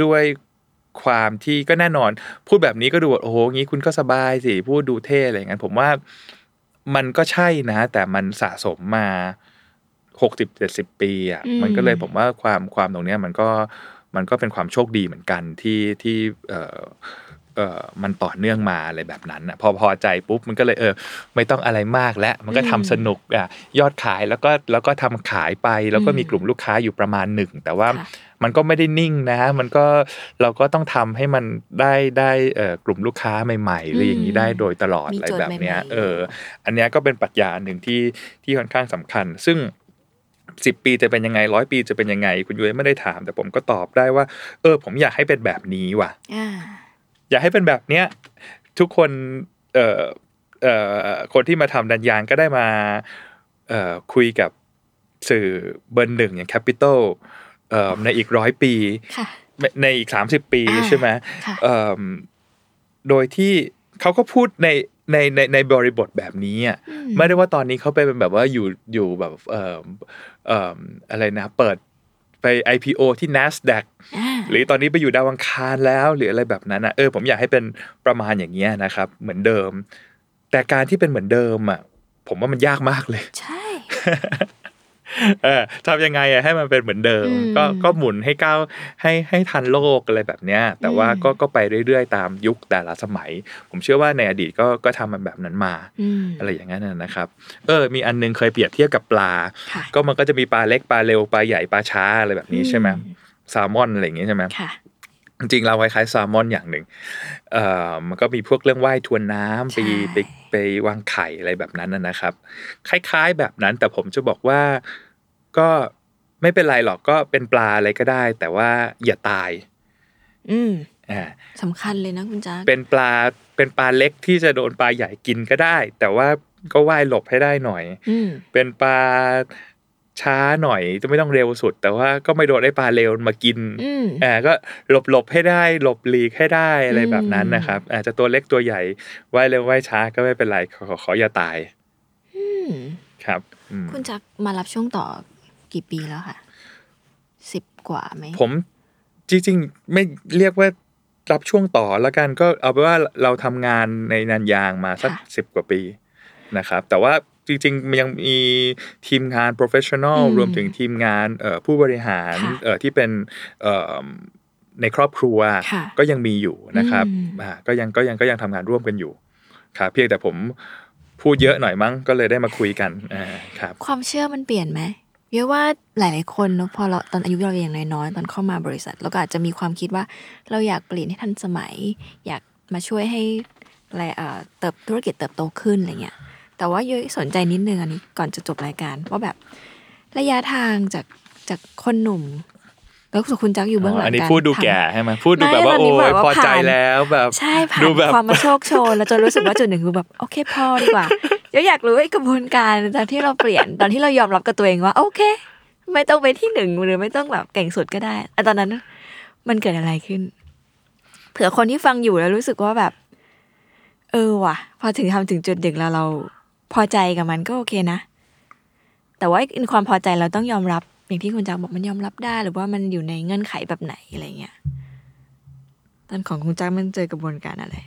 ด้วยความที่ก็แน่นอน พูดแบบนี้ก็ดูแบบโอ้โหงี้คุณก็สบายสิพูดดูเท่อะไรอย่างนั้นผมว่ามันก็ใช่นะ แต่มันสะสมมาหกสิบเจ็ดสิบปีอ่ะมันก็เลยผมว่าความความตรงเนี้ยมันก็มันก็เป็นความโชคดีเหมือนกันที่ที่เออ เออมันต่อเนื่องมาอะไรแบบนั้นอ่ะพอพอใจปุ๊บมันก็เลยเออ ไม่ต้องอะไรมากแล้วมันก็ทำสนุกอ่ะยอดขายแล้วก็แล้วก็ทำขายไป แล้วก็มีกลุ่มลูกค้าอยู่ประมาณหนึ่ง แต่ว่า
ค่ะ
มันก็ไม่ได้นิ่งนะ มันก็เราก็ต้องทำให้มันได้ได้เอ่อกลุ่มลูกค้าใหม่ๆหรืออย่างนี้ได้โดยตลอด
มี
อะไร
โจทย์
แบบเนี้ย
ใหม่ๆ
เออ อันเนี้ยก็เป็นปรัชญาหนึ่งที่ที่ค่อนข้างสำคัญ ซึ่งสิบปีจะเป็นยังไงร้อยปีจะเป็นยังไง คุณยุ้ยไม่ได้ถาม แต่ผมก็ตอบได้ว่า เออ ผมอยากให้เป็นแบบนี้ว่ะ
อ่า
อยากให้เป็นแบบเนี้ยทุกคนเอ่อเอ่อคนที่มาทำดันยางก็ได้มาเอ่อคุยกับสื่อเบอร์หนึ่งอย่าง Capital เอ่อในอีกร้อยปี
ค่ะ
ในอีกสามสิบปี
อ่า
ใช่ไหม
ค่ะ
เอิ่มโดยที่เขาก็พูดในในในในบริบทแบบนี้อ่ะ
อื
ไม่ได้ว่าตอนนี้เขาไปเป็นแบบว่าอยู่อยู่แบบเอ่อเอ่ออะไรนะเปิดไป IPO ที่ NASDAQ
อ่า
หรือตอนนี้ไปอยู่ดาวอังคารแล้วหรืออะไรแบบนั้นนะเออผมอยากให้เป็นประมาณอย่างเงี้ยนะครับ เหมือนเดิม แต่การที่เป็นเหมือนเดิมอ่ะผมว่ามันยากมากเลย
ใช่
เออทำยังไงอ่ะให้มันเป็นเหมือนเดิม
อืม
ก็ก็หมุนให้ก้าวให้ให้ทันโลกอะไรแบบเนี้ย แต่ว่า
อืม
ก็ก็ไปเรื่อยๆ ตามยุคแต่ละสมัย ผมเชื่อว่าในอดีตก็ก็ทำมันแบบนั้นมา
อืม
อะไรอย่างนั้นนะนะครับ เออ มีอันนึงเคยเปรียบเทียบกับปลา
ค่ะ
ก็มันก็จะมีปลาเล็กปลาเร็วปลาใหญ่ปลาช้าอะไรแบบนี้ใช่ไหม
อืม
แซลมอนอะไรอย่างงี้ใช่ไหม
ค่ะ
จริงๆเราคล้ายๆแซลมอนอย่างหนึ่งเอ่อมันก็มีพวกเรื่องว่ายทวนน้ำไป
ใช่
ไปไปวางไข่อะไรแบบนั้นนะนะครับ คล้ายๆแบบนั้นแต่ผมจะบอกว่าก็ไม่เป็นไรหรอกก็เป็นปลาอะไรก็ได้ แต่ว่าอย่าตาย
อืม
อ่า
สำคัญเลยนะคุณจ๊ะ
เป็นปลาเป็นปลาเล็กที่จะโดนปลาใหญ่กินก็ได้ แต่ว่าก็ว่ายหลบให้ได้หน่อย
อืม
เป็นปลาช้าหน่อยจะไม่ต้องเร็วสุด แต่ว่าก็ไม่โดนไอ้ปลาเร็วมากิน
อืม
อ่าก็หลบหลบให้ได้หลบหลีกให้ได้อะไร
อืม
แบบนั้นนะครับ อาจจะตัวเล็กตัวใหญ่ว่ายเร็วว่ายช้าก็ไม่เป็นไรขอขอขออย่าตาย
อืม
ครับอืม
คุณจ๊ะมารับช่วงต่อกี่ปีแล้วค่ะสิบกว่าไหม
ผมจริงๆไม่เรียกว่ารับช่วงต่อแล้วกันก็เอาเป็นว่าเราทำงานในนันยางมาสักสิบกว่าปีนะครับ แต่ว่าจริงๆมันยังมีทีมงาน professional
อืม
รวมถึงทีมงานเอ่อผู้บริหาร
ค่ะ
เอ่อที่เป็นเอ่อ ในครอบครัว
ค่ะ
ก็ยังมีอยู่นะครับ
อืม
อ่าก็ยังก็ยังก็ยังทำงานร่วมกันอยู่ครับเพียงแต่ผมพูดเยอะหน่อยมั้งก็เลยได้มาคุยกันอ่าครับ
ความเชื่อมันเปลี่ยนไหมเยอะว่าหลาย ๆ คนเนอะพอเราตอนอายุเราอย่างน้อยๆตอนเข้ามาบริษัทเราก็อาจจะมีความคิดว่าเราอยากเปลี่ยนให้ทันสมัย อยากมาช่วยให้อะไรเอ่อเติบธุรกิจเติบโตขึ้นอะไรเงี้ยแต่ว่าเยอะสนใจนิดนึงอันนี้ก่อนจะจบรายการว่าแบบระยะทางจากจากคนหนุ่ม แล้วคุณจักอยู่เบื้องหลัง
อั
การ
นนี้พูดดู
ทำ
แก่ใช่ไหมพูดดูแบบว่า
ไม่
โอ้
เรามี
ย
แบบว่า
พอใจ
ผ่าน
แล้วแบบ
ใช่ผ่าน
ดูแบบ
ความมาโชคโชนแล้วจนรู้สึกว่าจุดหนึ่งคือแบบโอเคพอดีก ว่าเดี๋ยวอยากรู้ไอ้กระบวนการตอนที่เราเปลี่ยนตอนที่เรายอมรับกับตัวเองว่า โอเค ไม่ต้องไปที่หนึ่งหรือไม่ต้องแบบเก่งสุดก็ได้อะตอนนั้นมันเกิดอะไรขึ้น เผื่อคนที่ฟังอยู่แล้วรู้สึกว่าแบบ เออว่ะ พอถึงทำถึงจุดหนึ่งแล้วเราพอใจกับมันก็โอเคนะ แต่ว่าในความพอใจเราต้องยอมรับ อย่างที่คุณจักรบอกมันยอมรับได้ หรือว่ามันอยู่ในเงื่อนไขแบบไหนอะไรเงี้ยตอนของคุณจักรมันเจอกระบวนการอะไร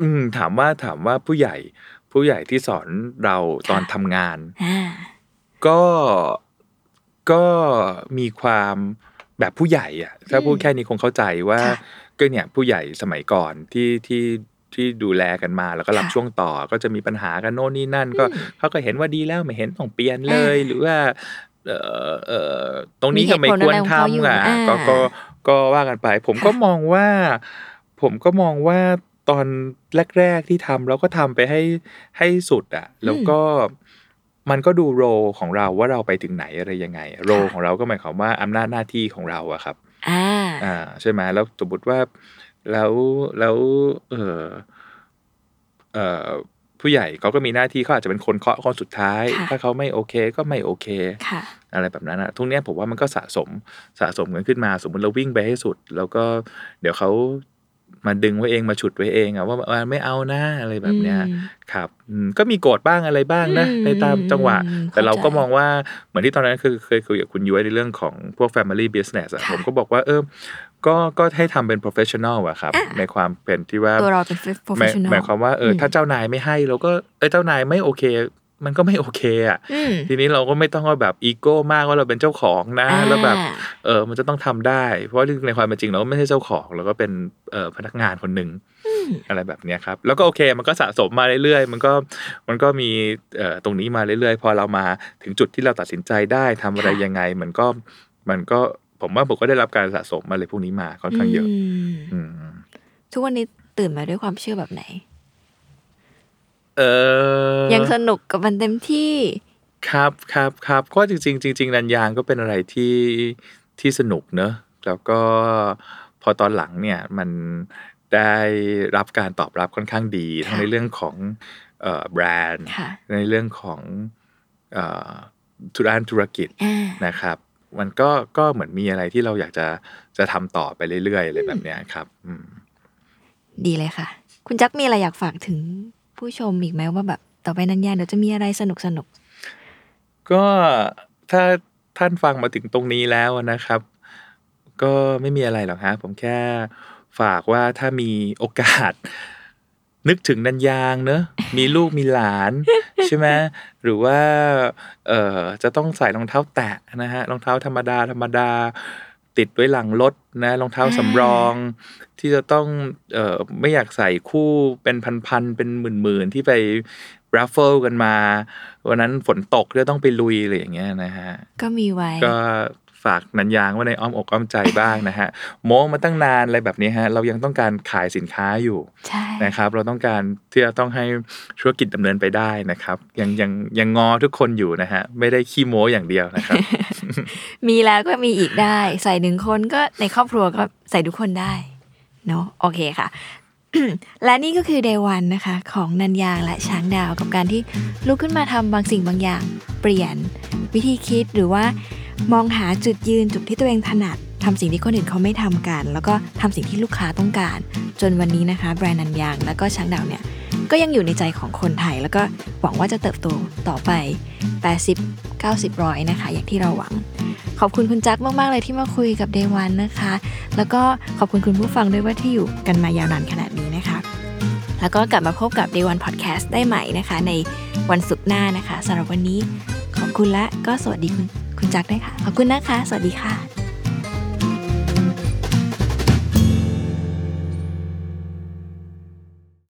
อืมถามว่าถามว่าผู้ใหญ่ผู้ใหญ่ที่สอนเราตอนทำงาน
อ่า
ก็ก็มีความแบบผู้ใหญ่อะถ้าพูดแค่นี้คงเข้าใจว่า
ค่ะ
ก็เนี่ยผู้ใหญ่สมัยก่อนที่ที่ที่ดูแลกันมาแล้วก็รับ
ค่ะ
ช่วงต่อก็จะมีปัญหากันโน่นนี่นั่น ก็เขาก็เห็นว่าดีแล้วไม่เห็นต้องเปลี่ยนเลย
อ่า
หรือว่า เออเออตรงนี้ก็ไม่
มีเหตุผลอะไรของ
ควร
เขาอยู่
ทำอ่ะ
อ่า
ก็ก็ก็ว่ากันไป ผมก็
ค่ะ
มองว่า ผมก็มองว่าตอนแรก ๆ ที่ทำเราก็ทำไปให้ให้สุดอะแล้วก็มันก็ดูโรของเราว่าเราไปถึงไหนอะไรยังไง โร
ค่ะ
ของเราก็หมายความว่าอำนาจหน้าที่ของเราอะครับ
อ่า
อ่าใช่ไหมแล้วสมมติว่าแล้วแล้วเออเออผู้ใหญ่เขาก็มีหน้าที่เขาอาจจะเป็นคนเคาะคนสุดท้าย
ค่ะ
ถ้าเขาไม่โอเคก็ไม่โอเค
ค่ะ
อะไรแบบนั้นอะทุกเนี้ยผมว่ามันก็สะสมสะสมกันขึ้นมาสมมติเราวิ่งไปให้สุด แล้วก็เดี๋ยวเขามาดึงไว้เองมาฉุดไว้เองอะว่าว่าไม่เอานะอะไรแบบเนี้ย
อืม
ครับอืมก็มีโกรธบ้างอะไรบ้างนะ
อืม
ในตามจังหวะ
อืม
แต่เราก็
เข้าใจ
มองว่าเหมือนที่ตอนนั้นคือเคยคุยกับคุณยุ้ยในเรื่องของพวก Family Business อะ
ค่ะ
ผมก็บอกว่าเออก็ก็ให้ทำเป็น professional อะครับ
อ่ะ
ในความเป็นที่ว่า
ตัวเราเป็น professional
หมายหมายความว่าเอออ
ม
ถ้าเจ้านายไม่ให้เราก็เออเจ้านายไม่โอเค มันก็ไม่โอเคอะ
อืม
ทีนี้เราก็ไม่ต้องว่าแบบอีโก้มากว่าเราเป็นเจ้าของนะ แล้วแบบ
อ่า
เออมันจะต้องทำได้ เพราะในความเป็นจริงเราก็ไม่ใช่เจ้าของเราก็เป็นเออพนักงานคนหนึ่งอะไรแบบเนี้ยครับ แล้วก็โอเคมันก็สะสมมาเรื่อยๆ มันก็มันก็มีเอ่อตรงนี้มาเรื่อยๆ พอเรามาถึงจุดที่เราตัดสินใจได้ทำอะไร
ค่ะ
ยังไง มันก็มันก็ผมว่าผมก็ได้รับการสะสมมาเลยพวกนี้มาค่อนข้างเยอะ
ม
อืม
ทุกวันนี้ตื่นมาด้วยความเชื่อแบบไหน
เออ
ยังสนุกกับมันเต็มที่
ครับครับครับก็จริงๆจริงๆนันยางก็เป็นอะไรที่ที่สนุกเนอะแล้วก็พอตอนหลังเนี่ยมันได้รับการตอบรับค่อนข้างดีทั้ง
ค่ะ
ในเรื่องของเอ่อแบรนด์
ค่ะ
ในเรื่องของเอ่อธุรานธุรกิจ
อ่า
นะครับ มันก็ก็เหมือนมีอะไรที่เราอยากจะจะทำต่อไปเรื่อยๆอะไรแบบเนี้ยครับอืม
ดีเลยค่ะ คุณจักรมีอะไรอยากฝากถึงผู้ชมอีกไหมว่าแบบต่อไปนันยางเดี๋ยวจะมีอะไรสนุกสนุก
ก็ถ้าท่านฟังมาถึงตรงนี้แล้วนะครับ ก็ไม่มีอะไรหรอกฮะผมแค่ฝากว่าถ้ามีโอกาส นึกถึงนันยางเนอะมีลูกมีหลาน ใช่ไหมหรือว่าเอ่อจะต้องใส่รองเท้าแตะนะฮะรองเท้าธรรมดาธรรมดา ติดไว้หลังรถนะรองเท้า
อ่า
สำรอง ที่จะต้องเอ่อไม่อยากใส่คู่เป็นพันๆเป็นหมื่นๆที่ไปรัฟเฟิลกันมา วันนั้นฝนตกก็ต้องไปลุยอะไรอย่างเงี้ยนะฮะ
ก็มีไว้
ก็ฝากนันยางไว้ในอ้อมอกอ้อมใจบ้างนะฮะ โม้มาตั้งนานอะไรแบบนี้ฮะ เรายังต้องการขายสินค้าอยู่
ใช่
นะครับ เราต้องการที่จะต้องให้ธุรกิจดำเนินไปได้นะครับ ยังยังยังงอทุกคนอยู่นะฮะ ไม่ได้ขี้โม้อย่างเดียวนะครับ
มีแล้วก็มีอีกได้ ใส่หนึ่งคนก็ในครอบครัวก็ใส่ทุกคนได้ เนาะโอเคค่ะ และนี่ก็คือ day one นะคะ ของนันยางและช้างดาวกับการที่ลุกขึ้นมาทำบางสิ่งบางอย่าง เปลี่ยนวิธีคิดหรือว่ามองหาจุดยืนจุดที่ตัวเองถนัดทำสิ่งที่คนอื่นเขาไม่ทำกัน แล้วก็ทำสิ่งที่ลูกค้าต้องการ จนวันนี้นะคะ แบรนด์นันยางแล้วก็ช้างดาวเนี่ย ก็ยังอยู่ในใจของคนไทย แล้วก็หวังว่าจะเติบโตต่อไป 80 90ร้อยนะคะ อย่างที่เราหวัง ขอบคุณคุณจักมาก ๆ เลยที่มาคุยกับ Day One นะคะ แล้วก็ขอบคุณคุณผู้ฟังด้วยว่าที่อยู่กันมายาวนานขนาดนี้นะคะ แล้วก็กลับมาพบกับ Day One Podcast ได้ใหม่นะคะ ในวันศุกร์หน้านะคะสำหรับวันนี้ขอบคุณและก็สวัสดีคุณคุณจักรด้วยค่ะ ขอบคุณนะคะ สวัสดีค่ะ